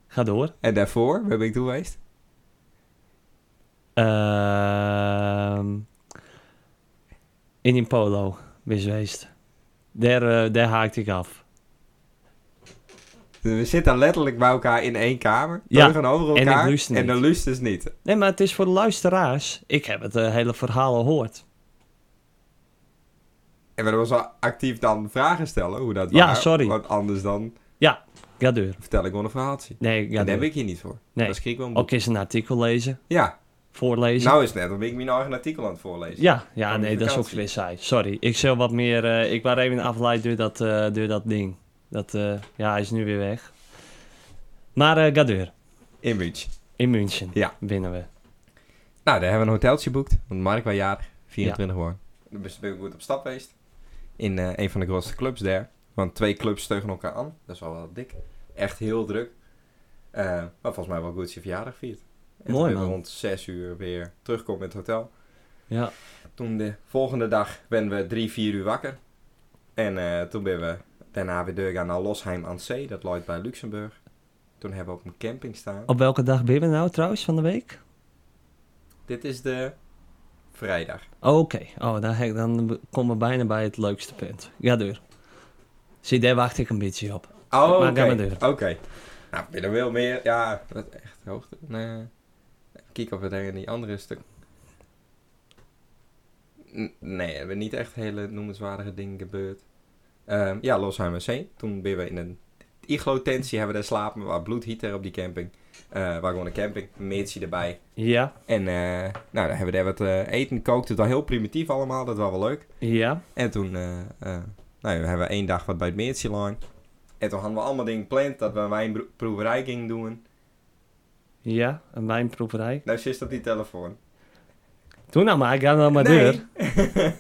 S1: ga door.
S2: En daarvoor, waar ben ik toe geweest?
S1: Ehm, in een polo ben je geweest. Daar, eh, daar haakte ik af.
S2: Dus we zitten letterlijk bij elkaar in één kamer.
S1: Ja,
S2: Tegenover
S1: en ik
S2: elkaar.
S1: luister
S2: en de
S1: niet.
S2: lust is niet.
S1: Nee, maar het is voor de luisteraars. Ik heb het eh, hele verhaal al gehoord.
S2: En we was wel actief dan vragen stellen hoe dat
S1: Ja,
S2: waar,
S1: sorry.
S2: Want anders dan
S1: Ga door.
S2: vertel ik gewoon een verhaaltje.
S1: Nee, ga
S2: en daar heb
S1: door.
S2: ik hier niet voor.
S1: Nee.
S2: Dat schrik ik wel een boek.
S1: Ook eens een artikel lezen.
S2: Ja,
S1: Voorlezen.
S2: nou is het net. Dan ben ik mijn eigen artikel aan het voorlezen.
S1: Ja, ja
S2: Van
S1: nee,
S2: die
S1: dat is ook
S2: vakantie.
S1: weer saai. Sorry, ik zou wat meer... eh, ik was even afgeleid door dat, eh, door dat ding. Dat, eh, ja, hij is nu weer weg. Maar eh ga door.
S2: in München.
S1: In München
S2: Ja.
S1: winnen we.
S2: Nou, daar hebben we een hoteltje geboekt. Want Mark was jarig, 24 geworden. Dan ben ik goed op stap geweest. In eh, een van de grootste clubs daar. Want twee clubs steugen elkaar aan. Dat is wel wel dik. Echt heel druk. Eh, maar volgens mij wel goed zijn verjaardag viert. En
S1: Mooi,
S2: toen ben ik
S1: man.
S2: rond 6 uur weer terugkomen in het hotel.
S1: Ja,
S2: Toen de volgende dag ben we drie, vier uur wakker. En eh, toen ben we daarna weer doorgaan naar Losheim aan Zee. Dat loopt bij Luxemburg. Toen hebben we op een camping staan.
S1: op welke dag ben je nou trouwens van de week?
S2: Dit is de vrijdag.
S1: Oké, oh, dan, he- dan komen we bijna bij het leukste punt. Ja, deur. Zie, daar wacht ik een beetje op.
S2: Oh,
S1: Maar
S2: oké.
S1: ga maar door.
S2: Oké. Nou, binnen wel meer. Ja, wat echt hoogte. Nee. Even Kijken of we daar in die andere stuk. N- Nee, we hebben niet echt hele noemenswaardige dingen gebeurd. Ehm, ja, Losheim C. Toen ben we in een iglo-tentie hebben we daar slapen. Waar bloedhieter op die camping. Eh waar gewoon een camping, een meertje erbij.
S1: Ja,
S2: En eh, nou, dan hebben we daar wat eh, eten gekookt. Het was heel primitief allemaal, dat was wel leuk.
S1: ja,
S2: En toen eh, eh, nou, ja, we hebben we één dag wat bij het meertje lang. En toen hadden we allemaal dingen gepland dat we een wijnproeverij gingen doen.
S1: ja, een wijnproeverij.
S2: Nou, zit op die telefoon.
S1: Doe nou maar, ga nou maar
S2: Nee.
S1: deur.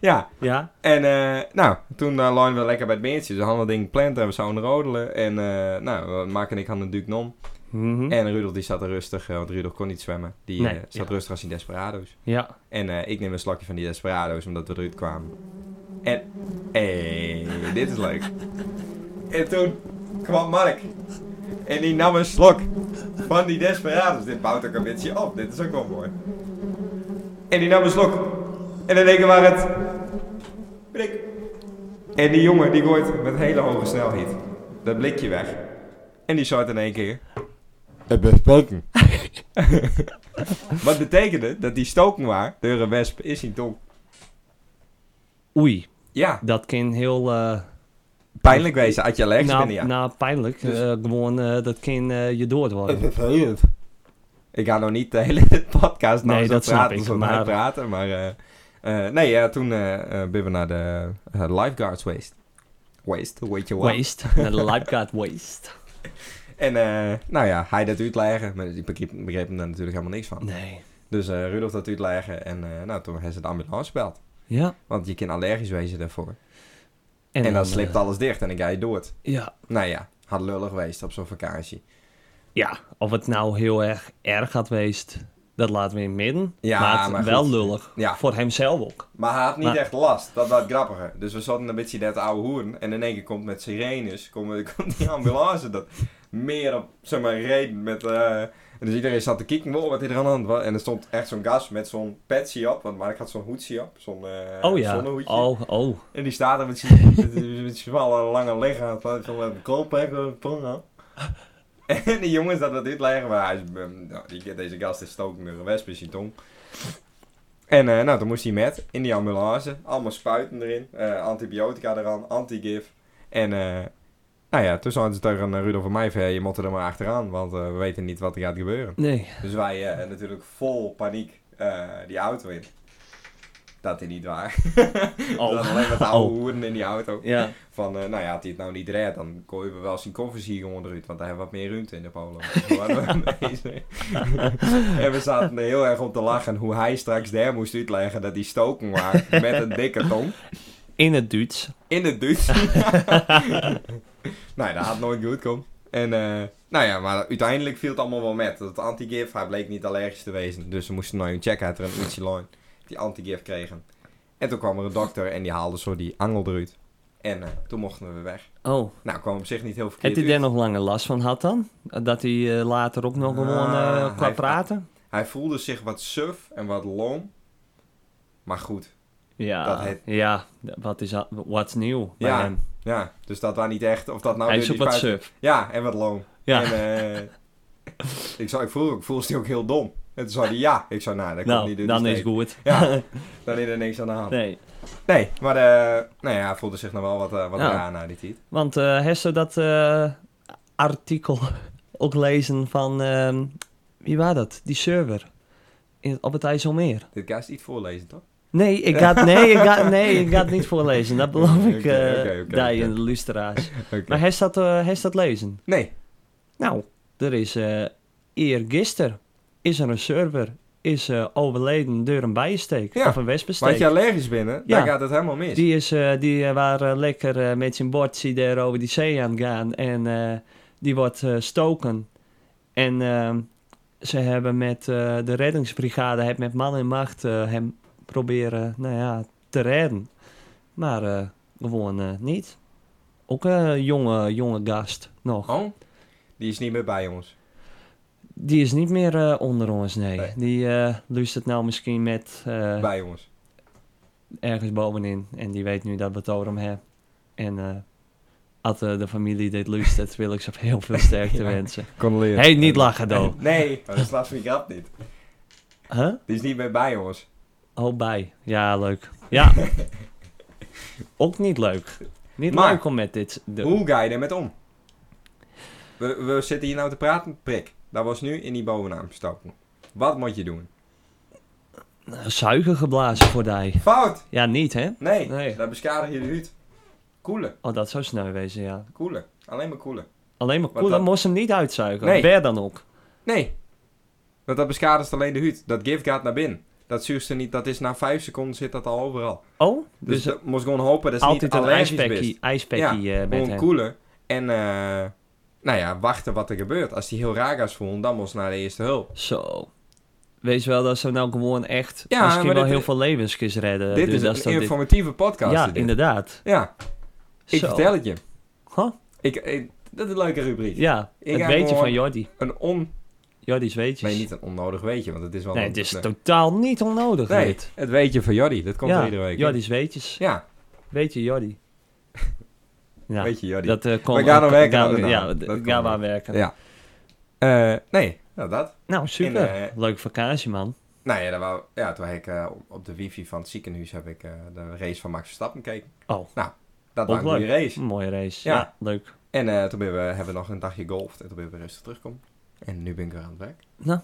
S2: Ja,
S1: Ja,
S2: en eh, nou, toen uh, lagen we lekker bij het meertje. Dus we hadden we dingen gepland en we zouden rodelen. En eh, nou, Mark en ik hadden natuurlijk nom.
S1: mhm.
S2: En Rudolf die zat er rustig, eh, want Rudolf kon niet zwemmen. Die
S1: Nee,
S2: eh, zat
S1: ja.
S2: rustig als die Desperado's.
S1: ja.
S2: En eh, ik neem een slokje van die Desperado's, omdat we eruit kwamen. En, hé, dit is leuk. En toen kwam Mark. En die nam een slok van die Desperado's. Dit bouwt ook een beetje op, dit is ook wel mooi. En die nam een slok. En dan denk ik maar het... Blik. En die jongen die gooit met hele hoge snelheid dat blikje weg. En die zat in één keer... Het bespoken. Wat betekende dat die stoken waar, de een wesp, is niet dom.
S1: Oei,
S2: Ja,
S1: dat kan heel... eh,
S2: pijnlijk wezen uit je legs
S1: nou,
S2: binnen ja.
S1: nou, pijnlijk.
S2: Dus-
S1: Eh, gewoon, eh, dat kan eh, je dood worden.
S2: vervelend. Ik ga nog niet de hele podcast nou
S1: Nee,
S2: zo
S1: dat snap
S2: praten,
S1: ik,
S2: zo
S1: maar-
S2: maar... praten, maar... eh, eh, nee, ja, toen eh eh, ben we naar de eh, lifeguards waste. Waste, weet je wel.
S1: Waste. Een lifeguard waste.
S2: En eh, nou ja, hij dat uitleggen, maar ik begreep, begreep hem daar natuurlijk helemaal niks van.
S1: Nee.
S2: Dus eh, Rudolf dat uitleggen en eh, nou, toen heeft ze de ambulance gebeld.
S1: Ja.
S2: Want je kan allergisch wezen daarvoor.
S1: En,
S2: En, dan
S1: eh,
S2: slipt alles dicht en dan ga je dood.
S1: Ja.
S2: Nou ja, had lullig geweest op zo'n vakantie.
S1: ja, of het nou heel erg erg had geweest, dat laten we in het midden.
S2: Ja,
S1: maar, het
S2: maar
S1: wel
S2: goed.
S1: lullig.
S2: Ja.
S1: Voor hemzelf ook.
S2: Maar hij had niet
S1: Maar-
S2: echt last. Dat was het grappige. Dus we zaten een beetje dat oude hoeren. En in één keer komt met sirenes, komt, komt die ambulance dat meer op, zeg maar, reden met... eh, en dus iedereen zat te kijken, wow, wat is er aan de hand? Wat- En er stond echt zo'n gast met zo'n petje op. Want Mark had zo'n hoedje op, zo'n eh
S1: oh ja.
S2: zonnehoedje.
S1: Oh, oh.
S2: En die staat er met zijn- met- met zijn alle lange lichaam van een koolpek op een tong aan. En die jongens dat dat uitleggen, maar hij is, ehm, nou, die, deze gast is stoken een wesp in zijn tong. En eh, nou, toen moest hij met, in die ambulance, allemaal spuiten erin, eh, antibiotica eraan, antigif. En eh, nou ja, toen zeiden ze tegen eh, Rudolf en mij van, "Ja, je moet er maar achteraan, want eh, we weten niet wat er gaat gebeuren.
S1: Nee.
S2: Dus wij eh, natuurlijk vol paniek eh, die auto in. Dat is niet waar.
S1: Oh.
S2: Dat alleen met oude
S1: Oh.
S2: hoeren in die auto.
S1: Ja.
S2: Van, eh, nou ja, had hij het nou niet redt, dan kon je wel eens een koffers hier gewoon eruit. Want hij heeft wat meer ruimte in de polo. Zo waren we bezig. en we zaten er heel erg om te lachen hoe hij straks daar moest uitleggen dat hij stoken was met een dikke tong.
S1: In het Duits.
S2: In het Duits. nee, dat had nooit goed komen. En, eh, nou ja, maar uiteindelijk viel het allemaal wel met. Dat anti-gif, hij bleek niet allergisch te wezen. Dus ze moesten naar een check-out er een uurtje lang die anti-gif kregen. En toen kwam er een dokter en die haalde zo die angel eruit. En eh, toen mochten we weer weg.
S1: Oh.
S2: Nou, kwam op zich niet heel
S1: Heb
S2: verkeerd
S1: hij
S2: uit.
S1: daar nog lange last van had dan? Dat hij eh, later ook nog
S2: Ah,
S1: gewoon eh
S2: hij-
S1: kwam praten?
S2: Hij voelde zich wat suf en wat loom. Maar goed,
S1: Ja.
S2: dat heeft-
S1: Ja. Wat is al- wat nieuw bij
S2: Ja.
S1: hem?
S2: ja. Dus dat was niet echt, of dat nou
S1: hij
S2: weer
S1: is ook
S2: die
S1: wat
S2: spuit-
S1: surf.
S2: Ja, en wat loom.
S1: Ja.
S2: En, eh, ik, zou, ik vroeg ook, voelde hij ook heel dom? En toen zei hij ja. Ik zei, nou, dat komt niet
S1: nou,
S2: door
S1: dan
S2: die
S1: is
S2: steek.
S1: goed.
S2: Ja, nou. dan is er niks aan de hand. Nee,
S1: Nee.
S2: maar eh nou ja, hij voelde zich nog wel wat, eh, wat
S1: Ja.
S2: raar na die tijd.
S1: Want eh Hester, dat eh, artikel ook lezen van... ehm, wie was dat? Die server. In, op het IJsselmeer.
S2: Dit ga je niet voorlezen, toch?
S1: Nee, ik ga het nee, ik ga- nee, ik ga het niet voorlezen. Dat beloof ik
S2: Oké,
S1: eh
S2: oké, oké,
S1: daar
S2: oké.
S1: in de luisteraars.
S2: Oké.
S1: Maar Hester dat, eh, Hester dat lezen?
S2: Nee,
S1: Nou, Er is eh eergisteren is er een server is eh, overleden door een bijensteek
S2: Ja,
S1: of een wespensteek.
S2: Want je allergisch binnen,
S1: Ja.
S2: dan gaat het helemaal mis.
S1: Die, is, eh, die eh, waren lekker eh, met zijn bordje daar over die zee aan het gaan. En eh, die wordt eh, stoken. En ehm, ze hebben met eh, de reddingsbrigade, heeft met man en macht eh, hem proberen nou ja, te redden. Maar eh, gewoon eh, niet. Ook een jonge, jonge gast nog.
S2: Oh, die is niet meer bij ons.
S1: Die is niet meer eh, onder ons, nee.
S2: Nee.
S1: Die eh luistert nou misschien met eh,
S2: Bij ons.
S1: ergens bovenin. En die weet nu dat we het over hem hebben. En eh als eh, de familie dit luistert, wil ik ze heel veel sterkte
S2: Ja.
S1: wensen.
S2: Condoleer.
S1: hey, niet lachen, doe.
S2: Nee, maar dat slaat mijn grap niet.
S1: Huh?
S2: Die is niet meer bij ons.
S1: Oh, bij. Ja, leuk. Ja. Ook niet leuk. Niet
S2: Maar-
S1: leuk om met dit... De...
S2: Hoe ga je er met om? We, we zitten hier nou te praten, prik. Dat was nu in die bovennaam gestoken. Wat moet je doen?
S1: Zuigen geblazen voor die.
S2: Fout!
S1: Ja, niet, hè?
S2: Nee,
S1: Nee.
S2: dat beschadig je de huid. Koelen,
S1: Oh, dat zou sneu wezen, ja.
S2: koelen. Alleen maar koelen.
S1: Alleen maar
S2: Wat
S1: cool, dan
S2: dat-
S1: moest hem niet uitzuigen.
S2: Nee.
S1: Waar dan ook.
S2: Nee. Want dat beschadigt alleen de huid. Dat gif gaat naar binnen. Dat zuurste niet, dat is na vijf seconden zit dat al overal.
S1: Oh,
S2: Dus,
S1: dus,
S2: dat moest gewoon hopen dat ze niet
S1: altijd een
S2: allergisch
S1: ijspekkie,
S2: bent.
S1: ijspekkie eh, met
S2: Gewoon
S1: hem.
S2: koelen. En eh, nou ja, wachten wat er gebeurt. Als die heel raar gaat voelen, dan moest naar de eerste hulp.
S1: Eh, Zo. Wees wel dat ze nou gewoon echt
S2: Ja,
S1: misschien
S2: maar
S1: wel
S2: dit-
S1: heel veel levens kunnen redden.
S2: dit
S1: Dus dat
S2: is een
S1: dan dit-
S2: informatieve podcast.
S1: Ja,
S2: dit.
S1: inderdaad.
S2: Ja, ik
S1: Zo.
S2: vertel het je.
S1: Huh?
S2: Ik, ik- dat is een leuke rubriek.
S1: Ja,
S2: Ik
S1: het
S2: ga
S1: weetje
S2: gewoon-
S1: van Jordi.
S2: Een on...
S1: Jordi's weetjes.
S2: Nee, niet een onnodig weetje, want het is wel...
S1: Nee,
S2: een-
S1: het is
S2: nee.
S1: totaal niet onnodig.
S2: Nee,
S1: dit.
S2: het weetje van Jordi. Dat komt
S1: ja,
S2: er iedere week. in.
S1: Jordi's weetjes.
S2: Ja,
S1: Weet je, Jordi. Ja,
S2: weetje Jordi.
S1: dat eh kon,
S2: We gaan er werken
S1: gaan-
S2: aan de naam.
S1: Ja,
S2: Dat
S1: d-
S2: komt
S1: gaan we
S2: wel.
S1: aan werken.
S2: Ja. Eh, nee, nou dat.
S1: Nou, super.
S2: En, eh,
S1: Leuk vakantie, man.
S2: Nou ja, dat wou, ja toen heb ik eh, op- op de wifi van het ziekenhuis heb ik eh, de race van Max Verstappen gekeken. Nou,
S1: Oh, Mm.
S2: Dat was
S1: ook
S2: een goede
S1: leuk.
S2: race.
S1: Mooie race. Ja,
S2: Ja.
S1: leuk.
S2: En eh, toen ben we, hebben we nog een dagje golfd en toen ben we rustig teruggekomen. En nu ben ik weer aan het werk.
S1: Nou.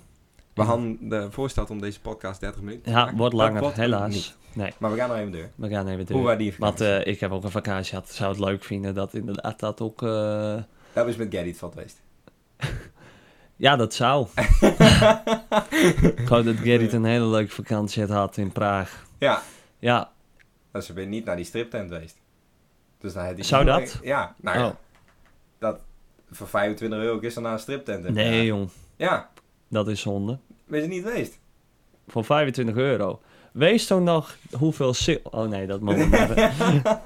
S2: We hadden de voorstel om deze podcast 30 minuten te
S1: Ja,
S2: maken.
S1: wordt
S2: Dat
S1: langer,
S2: wordt
S1: helaas.
S2: niet.
S1: Nee,
S2: Maar we gaan nog even door.
S1: we gaan even door.
S2: Hoe waren die
S1: Want
S2: vakantie?
S1: eh, ik heb ook een vakantie gehad. Zou het leuk vinden dat inderdaad dat ook... eh,
S2: Dat is met Gerrit het valt geweest.
S1: Ja, dat zou. Ik hoop dat Gerrit een hele leuke vakantie had gehad in Praag.
S2: Ja,
S1: Ja,
S2: dat ze weer niet naar die striptent geweest. Dus dan had hij-
S1: Zou dat?
S2: Ja, nou ja,
S1: oh,
S2: voor 25 euro is er naar een striptent.
S1: nee jong,
S2: Ja,
S1: dat is zonde.
S2: ben je niet geweest.
S1: Voor 25 euro. Wees toen nog hoeveel sil... Oh nee, dat mogen we maar...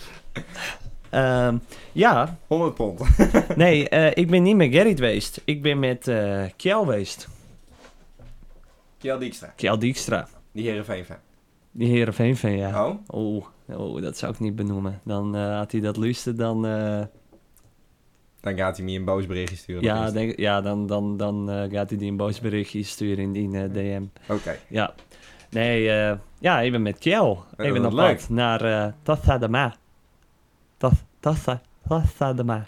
S1: Ehm, ja,
S2: 100 pond.
S1: nee, eh, ik ben niet met Gerrit geweest. Ik ben met eh Kjell geweest.
S2: Kjell Dijkstra,
S1: Kjell Dijkstra,
S2: die Heerenveen fan.
S1: die herenveen van ja.
S2: Oh,
S1: Oeh, oeh, dat zou ik niet benoemen. Dan eh, had hij dat luisteren, dan... eh,
S2: dan gaat hij me een boos berichtje sturen. op
S1: Ja,
S2: Insta.
S1: denk, ja dan, dan, dan eh, gaat hij die een boos berichtje sturen in die eh, DM.
S2: Oké.
S1: Ja. Nee, eh, ja, even met Kjell.
S2: Eh,
S1: Even
S2: wat
S1: op
S2: leuk.
S1: pad naar eh Tassa de Ma. Tas- Tassa, Tassa de Ma.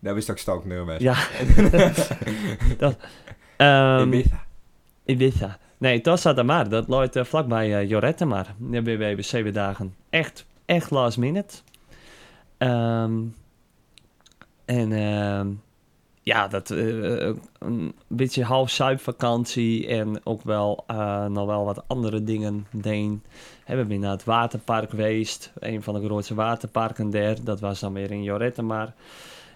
S2: Dat wist ook Stalk Nuremberg.
S1: Ja. dat, ehm,
S2: Ibiza.
S1: Ibiza. Nee, Tassa de Ma, dat loopt eh, vlakbij eh Jorette maar. De BBBC dagen. Echt, echt last minute. Ehm, en ehm, ja, dat, eh, eh, een beetje half zuipvakantie en ook wel eh, nog wel wat andere dingen deen. Hebben we naar het waterpark geweest, een van de grootste waterparken daar. Dat was dan weer in Jorette maar.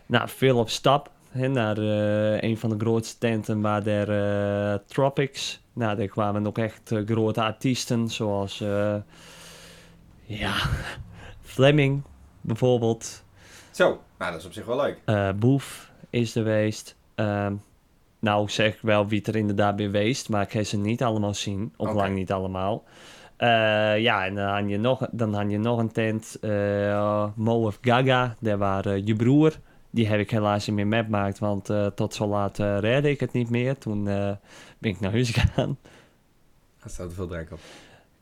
S1: Nou, veel op stap hè, naar eh, een van de grootste tenten waar der eh, Tropics. Nou, daar kwamen ook echt eh, grote artiesten zoals eh, ja, Fleming bijvoorbeeld.
S2: Zo, nou dat is op zich wel leuk.
S1: Eh, Boef is er geweest. Ehm, nou, zeg ik wel wie er inderdaad weer geweest, maar ik heb ze niet allemaal zien. Ook
S2: Oké.
S1: lang niet allemaal. Eh, ja, en dan had je nog, dan had je nog een tent. eh Mo of Gaga, daar waren eh, je broer. Die heb ik helaas niet meer meegemaakt, want eh, tot zo laat eh redde ik het niet meer. Toen eh, ben ik naar huis gegaan.
S2: Er staat te veel drank op.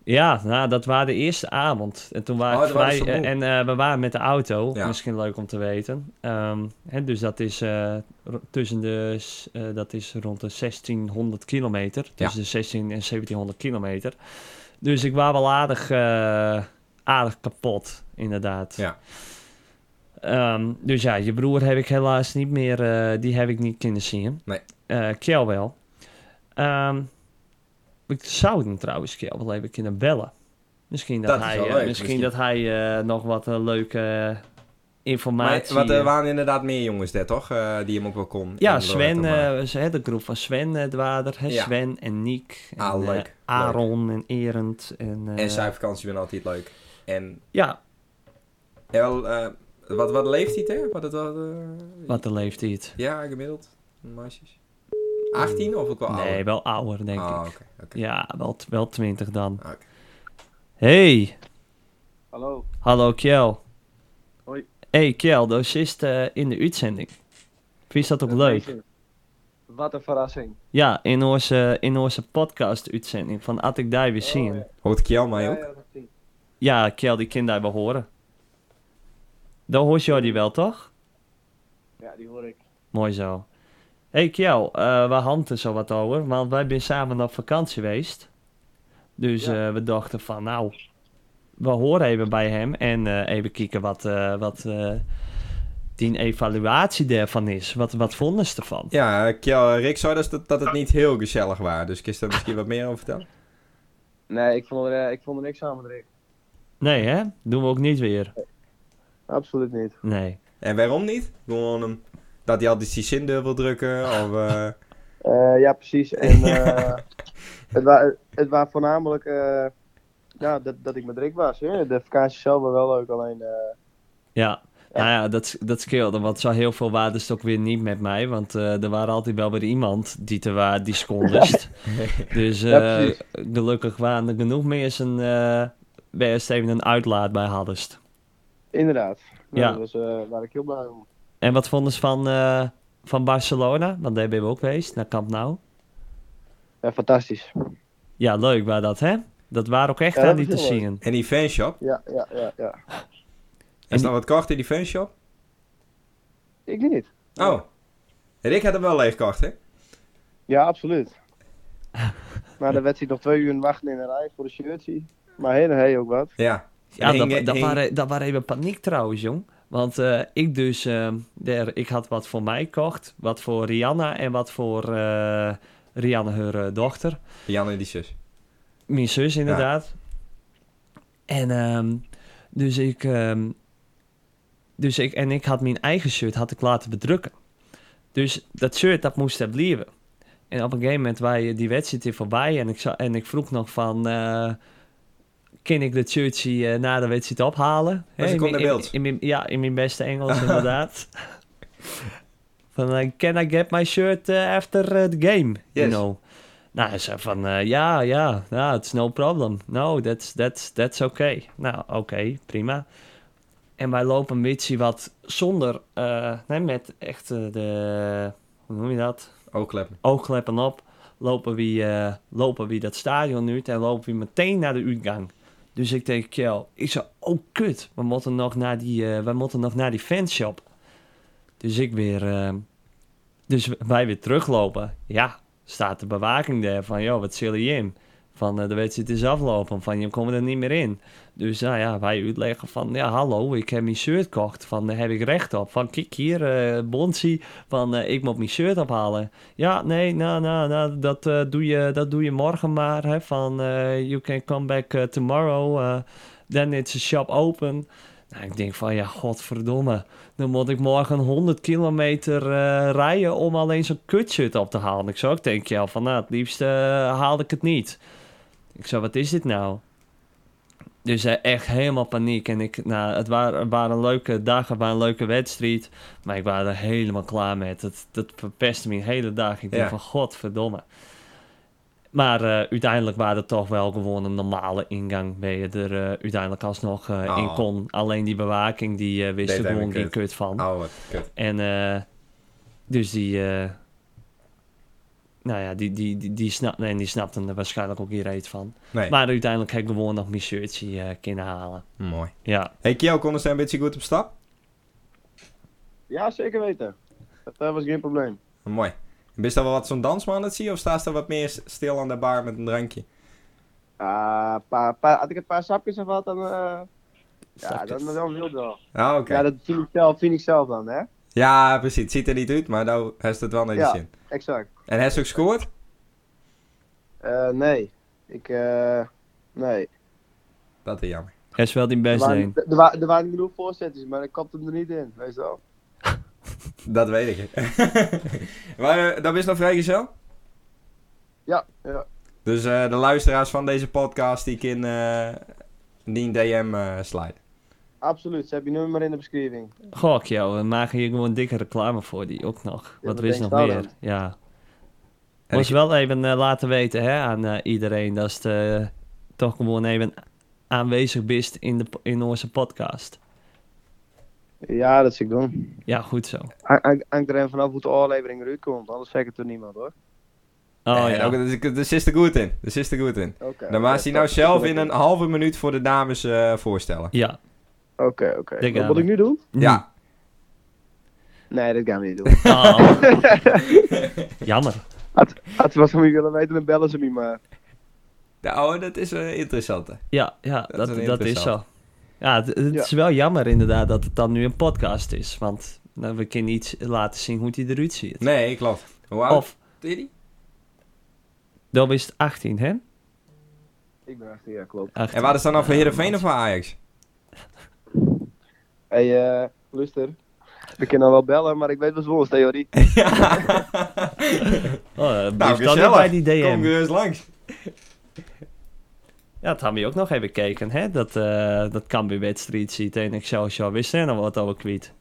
S1: Ja, nou, dat waren de eerste avond. En toen waren
S2: Oh,
S1: ik
S2: toen waren
S1: vrij.
S2: ze moe.
S1: en eh, we waren met de auto.
S2: Ja.
S1: Misschien leuk om te weten. Ehm, hè, dus dat is eh, ro- tussen de. s- eh, dat is rond de 1600 kilometer. Tussen de 16 en 1700 kilometer. Dus ik was wel aardig. eh, aardig kapot, inderdaad.
S2: Ja.
S1: Ehm, dus ja, je broer heb ik helaas niet meer, eh, die heb ik niet kunnen zien.
S2: Nee.
S1: Eh, Kjell wel. Ehm, ik zou hem trouwens Kjell wel even kunnen bellen. Misschien dat,
S2: Dat is
S1: hij,
S2: wel
S1: eh,
S2: leuk,
S1: misschien,
S2: misschien.
S1: dat hij eh, nog wat eh, leuke
S2: Maar,
S1: informatie... eh,
S2: wat, eh, er waren inderdaad meer jongens daar, toch? Eh, die hem ook wel kon.
S1: ja,
S2: En Loretta,
S1: Sven,
S2: maar-
S1: eh, ze- hè, de groep van Sven eh, het waren er, hè,
S2: Ja.
S1: Sven en Niek. En,
S2: Ah,
S1: eh,
S2: leuk, leuk.
S1: Aaron en Erend. En, eh,
S2: en zuipvakantie ben altijd leuk. En
S1: Ja,
S2: El, eh, wat, wat leeft hij hè? Wat, het wat, eh,
S1: wat een leeftijd.
S2: Ja, gemiddeld. Meisjes. 18 of ook wel ouder?
S1: Nee, wel ouder, denk
S2: Ah,
S1: ik.
S2: oké, oké. Ah,
S1: Ja, wel, wel twintig dan.
S2: Oké.
S1: Hey,
S3: Hallo.
S1: hallo Kjell.
S3: Hoi.
S1: Hey Kjell, docist eh in de uitzending. Vind je dat ook leuk?
S3: Eh, Wat een verrassing.
S1: Ja, in onze, in onze podcast-uitzending van At ik daar weer zien. Oh, ja,
S2: Hoort Kjell mij
S3: Oh, ja,
S2: ook?
S3: ja, dat zie ik.
S1: Kjell, die kind daar wel horen. Dan hoort jou die wel, toch?
S3: ja, die hoor ik.
S1: Mooi zo. Hey Kjell, eh we handen zo wat over, want wij zijn samen op vakantie geweest. Dus
S3: Ja.
S1: eh, we dachten van, nou, we horen even bij hem en eh, even kijken wat, eh, wat eh, die evaluatie daarvan is. Wat, wat vonden ze ervan?
S2: Ja, eh, Kjell, Rick zei dus dat, dat het niet heel gezellig was. Dus kun je daar misschien wat meer over vertellen?
S3: Nee, ik vond er, eh, ik vond er niks aan met Rick.
S1: Nee, hè? Doen we ook niet weer.
S3: Absoluut niet.
S1: Nee.
S2: En waarom niet? Gewoon hem- dat hij altijd die zin wil drukken? Of, eh,
S3: Eh, ja, precies. En eh, het was het wa voornamelijk eh, ja, dat, dat ik met Rick was. Hè? De vakantie zelf was wel leuk, alleen... eh,
S1: Ja. Nou ja, dat, dat scheelde, want zo heel veel waren ze ook weer niet met mij, want eh, er waren altijd wel weer iemand die te waar die skondest. dus eh,
S3: Ja, precies.
S1: gelukkig waren er genoeg mensen eh bij ons even een uitlaat bij hadden.
S3: inderdaad. Nou,
S1: Ja.
S3: Dat was, eh, waar ik heel blij om.
S1: En wat vonden ze van, eh, van Barcelona? Want daar ben we ook geweest, naar Camp Nou.
S3: Ja, fantastisch.
S1: Ja, leuk waar dat, hè? Dat waren ook echt
S3: Ja,
S1: aan
S3: dat
S1: die te
S3: was heel leuk.
S1: zien.
S2: en die fanshop?
S3: Ja, ja, ja, ja.
S1: En
S2: Is
S1: die-
S2: dan wat kocht in die fanshop?
S3: Ik niet.
S2: Oh. Rick had hem wel leeg gekocht, hè?
S3: Ja, absoluut. Maar dan werd hij nog twee uur wachten in een rij voor de shirtje. Maar heen, hey ook wat.
S2: Ja.
S1: Ja,
S2: En
S1: dat,
S2: hing-
S1: dat,
S2: hing-
S1: waren, dat waren even paniek trouwens, jong. Want eh, ik dus, ehm, der, ik had wat voor mij gekocht, wat voor Rihanna en wat voor eh, Rihanna, haar eh, dochter.
S2: Jan en die zus.
S1: Mijn zus, inderdaad. En ehm, dus ik, ehm, dus ik, en ik had mijn eigen shirt had ik laten bedrukken. Dus dat shirt, dat moest er blijven. En op een gegeven moment wij die wedstrijd hier voorbij en ik, za- en ik vroeg nog van, eh kan ik dat shirtje eh, na de wedstrijd ophalen?
S2: Maar
S1: Hè,
S2: ze
S1: in
S2: kon
S1: mijn-
S2: naar
S1: in-
S2: beeld.
S1: in mijn- Ja, in mijn beste Engels, inderdaad. Van, eh, can I get my shirt eh, after eh, the game? You
S2: Yes.
S1: know. Nou, hij zei van, eh, ja, ja, ja, it's no problem. No, that's, that's, that's okay. Nou, oké, prima. En wij lopen een beetje wat zonder, eh, nee, met echt eh, de, hoe noem je dat?
S2: Oogkleppen.
S1: Oogkleppen op. Lopen we, eh, lopen we dat stadion uit en lopen we meteen naar de uitgang. Dus ik denk, Kjell, ik zei, oh kut, we moeten nog naar die, eh, we moeten nog naar die fanshop. Dus ik weer, eh, dus wij weer teruglopen. Ja, staat de bewaking daar van, joh, wat zullen je in? Van, eh, de wedstrijd is aflopen, van, je komt er niet meer in. Dus nou ja, wij uitleggen van, ja, hallo, ik heb mijn shirt gekocht. Van, daar heb ik recht op. Van, kijk hier, eh Bonsie, van, eh, ik moet mijn shirt ophalen. Ja, nee, nou, nou, nou, dat, eh, doe, je, dat doe je morgen maar. Hè, van, eh, you can come back eh, tomorrow. eh then it's a shop open. Nou, ik denk van, ja, godverdomme. Dan moet ik morgen 100 kilometer eh, rijden om alleen zo'n kutshirt op te halen. Ik zou ook denken, ja, van, nou, het liefst eh, haal ik het niet. Ik zei, wat is dit nou? Dus eh, echt helemaal paniek. En ik, nou, het waren, waren leuke dagen, het waren een leuke wedstrijd. Maar ik was er helemaal klaar mee. Dat, dat verpestte mijn hele dag. Ik denk
S2: Ja.
S1: van, godverdomme. Maar eh, uiteindelijk waren het toch wel gewoon een normale ingang. Waar je er eh, uiteindelijk alsnog eh, in
S2: Oh.
S1: kon. Alleen die bewaking, die eh, wist
S2: Deed
S1: er
S2: hij
S1: gewoon
S2: weer
S1: geen kut van.
S2: Oh, wat kut.
S1: En eh, dus die, eh, nou ja, die, die, die, die, snap, nee, die snapten er waarschijnlijk ook hier iets van.
S2: Nee,
S1: Maar uiteindelijk heb ik gewoon nog mijn shirtje eh, kunnen halen.
S2: mooi.
S1: Ja,
S2: Hey, Kjell, konden ze een beetje goed op stap?
S3: Ja, zeker weten. Dat eh, was geen probleem.
S2: Mooi. En Is dat wel wat zo'n dansman aan het zien? Of staat er wat meer s- stil aan de bar met een drankje?
S3: Ah, pa, pa, had ik een paar sapjes of wat, dan, eh, Ja, dat, dat wilde wel.
S2: Ah, oké.
S3: Ja, dat vind ik, zelf, vind ik zelf dan, hè?
S2: Ja, precies. Het ziet er niet uit, maar nou heeft het wel naar de
S3: Ja.
S2: zin.
S3: Exact.
S2: En heeft ze ook gescoord?
S3: Eh, nee. Ik, eh, nee.
S2: Dat is jammer.
S1: Hij is wel die
S3: Er
S1: best
S3: waren,
S1: heen.
S3: er, wa- er waren genoeg voorzetjes, maar ik kapte hem er niet in, weet je wel.
S2: Dat weet ik. maar eh, dat is nog vrijgezel?
S3: Ja, ja.
S2: Dus eh, de luisteraars van deze podcast die ik in eh die een DM eh, slide.
S3: Absoluut, ze hebben je nummer in de beschrijving.
S1: Gok, joh, we maken hier gewoon dikke reclame voor die ook nog. Wat
S3: wat
S1: wist nog
S3: denk je nou
S1: meer?
S3: dan?
S1: Ja.
S2: En
S1: Moest
S2: ik-
S1: wel even eh, laten weten hè, aan eh, iedereen dat je eh, toch gewoon even aanwezig bent in, de, in onze podcast.
S3: Ja, dat zie ik doen.
S1: Ja, goed zo.
S3: Hangt er even vanaf hoe de oorlevering eruit komt, anders zeg ik het door niemand hoor.
S1: Oh
S2: Eh,
S1: ja.
S2: ook- dus ik- Daar zit er goed in. Daar zit er goed in.
S3: Oké.
S2: Dan maakt hij nou zelf in een halve minuut voor de dames eh, voorstellen.
S1: Ja.
S3: Oké, oké.
S1: Denk
S3: Wat
S1: aan
S3: moet ik nu doen?
S1: Hmm.
S2: Ja.
S3: Nee, dat gaan we niet doen.
S1: Oh. Jammer.
S3: Als we wat van me willen weten, dan bellen ze me maar.
S2: Ja, Oh, dat is eh, interessant. hè.
S1: Ja, ja
S2: is
S1: dat,
S2: wel
S1: dat, is
S2: interessant.
S1: zo. Ja, het, het
S3: Ja.
S1: is wel jammer inderdaad dat het dan nu een podcast is. Want nou, we kunnen niet laten zien hoe die eruit ziet.
S2: Nee, klopt. Hoe oud
S1: Of,
S2: is die?
S1: dan is het 18, hè?
S3: Ik ben achter, ja, klopt.
S1: 18.
S2: En waar is dan nou van
S1: Ja,
S2: Heerenveen
S1: man.
S2: of van Ajax?
S3: Hé, hey, eh, luister. We kunnen wel bellen, maar ik weet wel Zwolle's theorie.
S1: Oh, dat
S2: Nou,
S1: blijft dan
S2: gezellig.
S1: niet bij die DM.
S2: Kom gerust langs.
S1: Ja, dat hebben we ook nog even gekeken, hè? Dat, eh dat wedstrijd ziet en Excelsior. Wist jij nog wat over kwijt?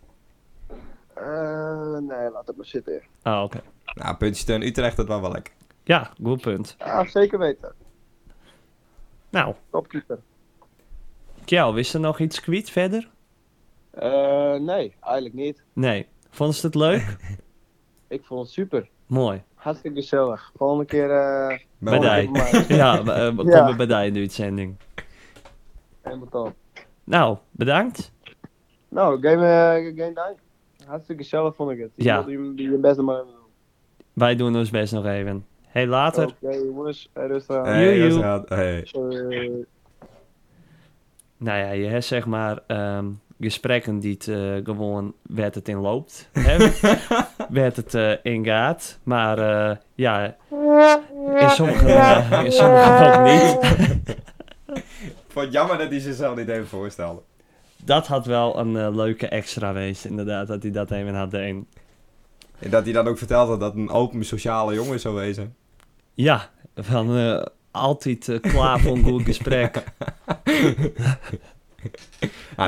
S3: Eh, nee, laat het maar zitten.
S1: Ah, oké.
S2: Nou, puntje steun Utrecht, dat was wel lekker.
S1: Ja, goed punt.
S3: Ah, zeker weten.
S1: Nou,
S3: Topkeeper.
S1: Kjell, wist er nog iets kwijt verder?
S3: Eh, nee, eigenlijk niet.
S1: Nee. Vond je het leuk?
S3: Ik vond het super.
S1: Mooi.
S3: Hartstikke gezellig. Volgende keer. eh
S1: Bij
S2: Wel-
S1: die.
S3: volgende keer voor mij.
S1: Ja, we eh, we
S3: Ja.
S1: komen bij die in de uitzending.
S3: Helemaal top.
S1: Nou, bedankt.
S3: Nou, game, eh, game night. Hartstikke gezellig vond ik het. Je
S1: Ja.
S3: moet je- je best maar even doen.
S1: Wij doen ons best nog even. Hey, later.
S3: Oké, jongens, eh, rustig aan.
S2: Hey,
S1: Joejoe.
S2: rustig aan. Hey.
S3: Eh,
S1: Nou ja, je hebt zeg maar ehm, gesprekken die het, eh, gewoon werd het in loopt. hè? werd het eh, in gaat. Maar eh, ja, in sommige, eh, in sommige ook niet.
S2: Ik vond het jammer dat hij zichzelf niet even voorstelde.
S1: Dat had wel een eh, leuke extra geweest, inderdaad, dat hij dat even had deen.
S2: En dat hij dan ook vertelde dat een open sociale jongen zou wezen.
S1: Ja, van eh, altijd eh, klaar voor een goed gesprek.
S2: Ah,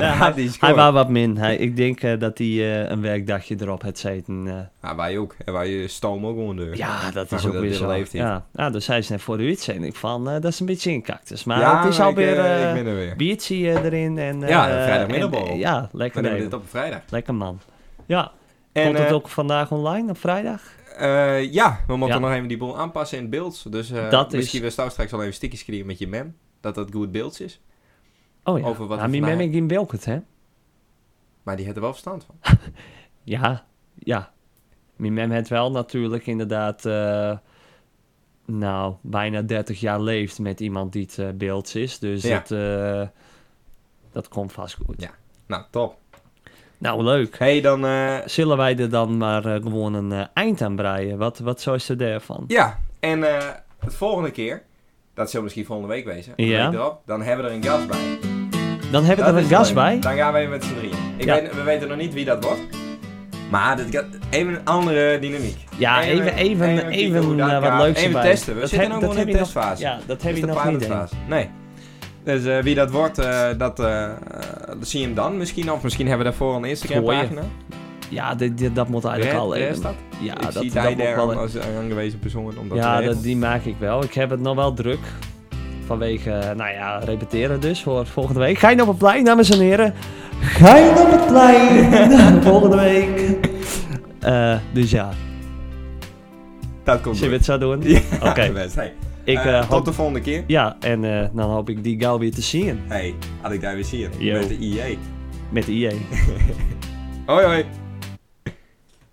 S1: Ja,
S2: ja, die
S1: Hij
S2: scoort.
S1: was wat min. Hij, ik denk eh, dat hij eh, een werkdagje erop had zitten. eh.
S2: Ja, wij ook. En wij eh, stoom ook onder. deur.
S1: Ja, dat
S2: Maar
S1: is
S2: goed,
S1: ook
S2: dat
S1: weer
S2: dit
S1: zo.
S2: leeft niet.
S1: ja. ja, dus hij is net voor de uitzending van, eh, dat is een beetje een cactus. Maar
S2: Ja,
S1: het is
S2: maar ik,
S1: alweer
S2: eh,
S1: eh,
S2: ik ben er weer.
S1: biertje eh, erin. En, eh,
S2: Ja, vrijdagmiddagborrel.
S1: en, eh, Ja, lekker,
S2: We nemen dit
S1: man.
S2: op een vrijdag.
S1: lekker man. Ja,
S2: En,
S1: komt het
S2: eh,
S1: ook vandaag online op vrijdag?
S2: eh, ja, we moeten
S1: Ja.
S2: nog even die boel aanpassen in het beeld. Dus eh,
S1: Dat is-
S2: misschien we staan straks al even stickers creëren met je mem. Dat dat goed beeld is.
S1: Oh ja,
S2: over wat
S1: ja mijn
S2: we vandaag-
S1: memming in Wilkert, hè?
S2: Maar die had er wel verstand van.
S1: Ja, ja. Mijn mem het wel natuurlijk inderdaad, eh, nou, bijna 30 jaar leeft met iemand die het eh, beelds is. Dus
S2: Ja.
S1: dat, eh, dat komt vast goed.
S2: Ja. Nou, top.
S1: Nou, leuk.
S2: hey, dan... eh,
S1: Zullen wij er dan maar eh, gewoon een eh, eind aan breien? Wat, wat zou je daarvan?
S2: ja, en eh de volgende keer... Dat zal misschien volgende week wezen. of de
S1: Ja.
S2: week erop, dan hebben we er een gast bij.
S1: Dan hebben we
S2: Dat
S1: er een
S2: is
S1: gas
S2: leuk.
S1: bij.
S2: Dan gaan we even met z'n drieën. Ik
S1: Ja.
S2: weet, we weten nog niet wie dat wordt. Maar dit gaat even een andere dynamiek.
S1: Ja, even, even, even,
S2: even kijken hoe dat
S1: eh,
S2: gaat.
S1: wat leuks
S2: Even
S1: erbij.
S2: testen. We zitten
S1: heb-
S2: ook nog in
S1: heb
S2: de
S1: je nog-
S2: testfase.
S1: Ja, dat heb
S2: Dit
S1: je
S2: is de
S1: nog niet. hè.
S2: pilotfase. Nee. Dus eh, wie dat wordt, eh, dat, eh, eh, dat zie je hem dan misschien. Of misschien hebben we daarvoor een Instagram
S1: Gooien.
S2: pagina.
S1: Ja, dit, dit- dat moet eigenlijk al
S2: is
S1: even.
S2: dat?
S1: Ja,
S2: ik
S1: dat,
S2: zie
S1: dat
S2: hij
S1: moet
S2: daar
S1: wel-
S2: als een aangewezen persoon om dat
S1: ja,
S2: te
S1: dat,
S2: regelen.
S1: die maak ik wel. Ik heb het nog wel druk. Vanwege, eh, nou ja, repeteren dus voor volgende week. Ga je nou op het plein, dames en heren. Ga je nou op het plein volgende week. Eh, dus ja,
S2: Dat komt
S1: zullen we
S2: goed.
S1: het zo doen?
S2: Ja,
S1: Oké,
S2: best. Hey,
S1: ik
S2: eh,
S1: eh,
S2: tot
S1: hoop...
S2: de volgende keer.
S1: Ja, en eh, dan hoop ik die gauw weer te zien
S2: Hey, had ik daar weer zien.
S1: Yo.
S2: Met de IE.
S1: met IE.
S2: E Hoi hoi.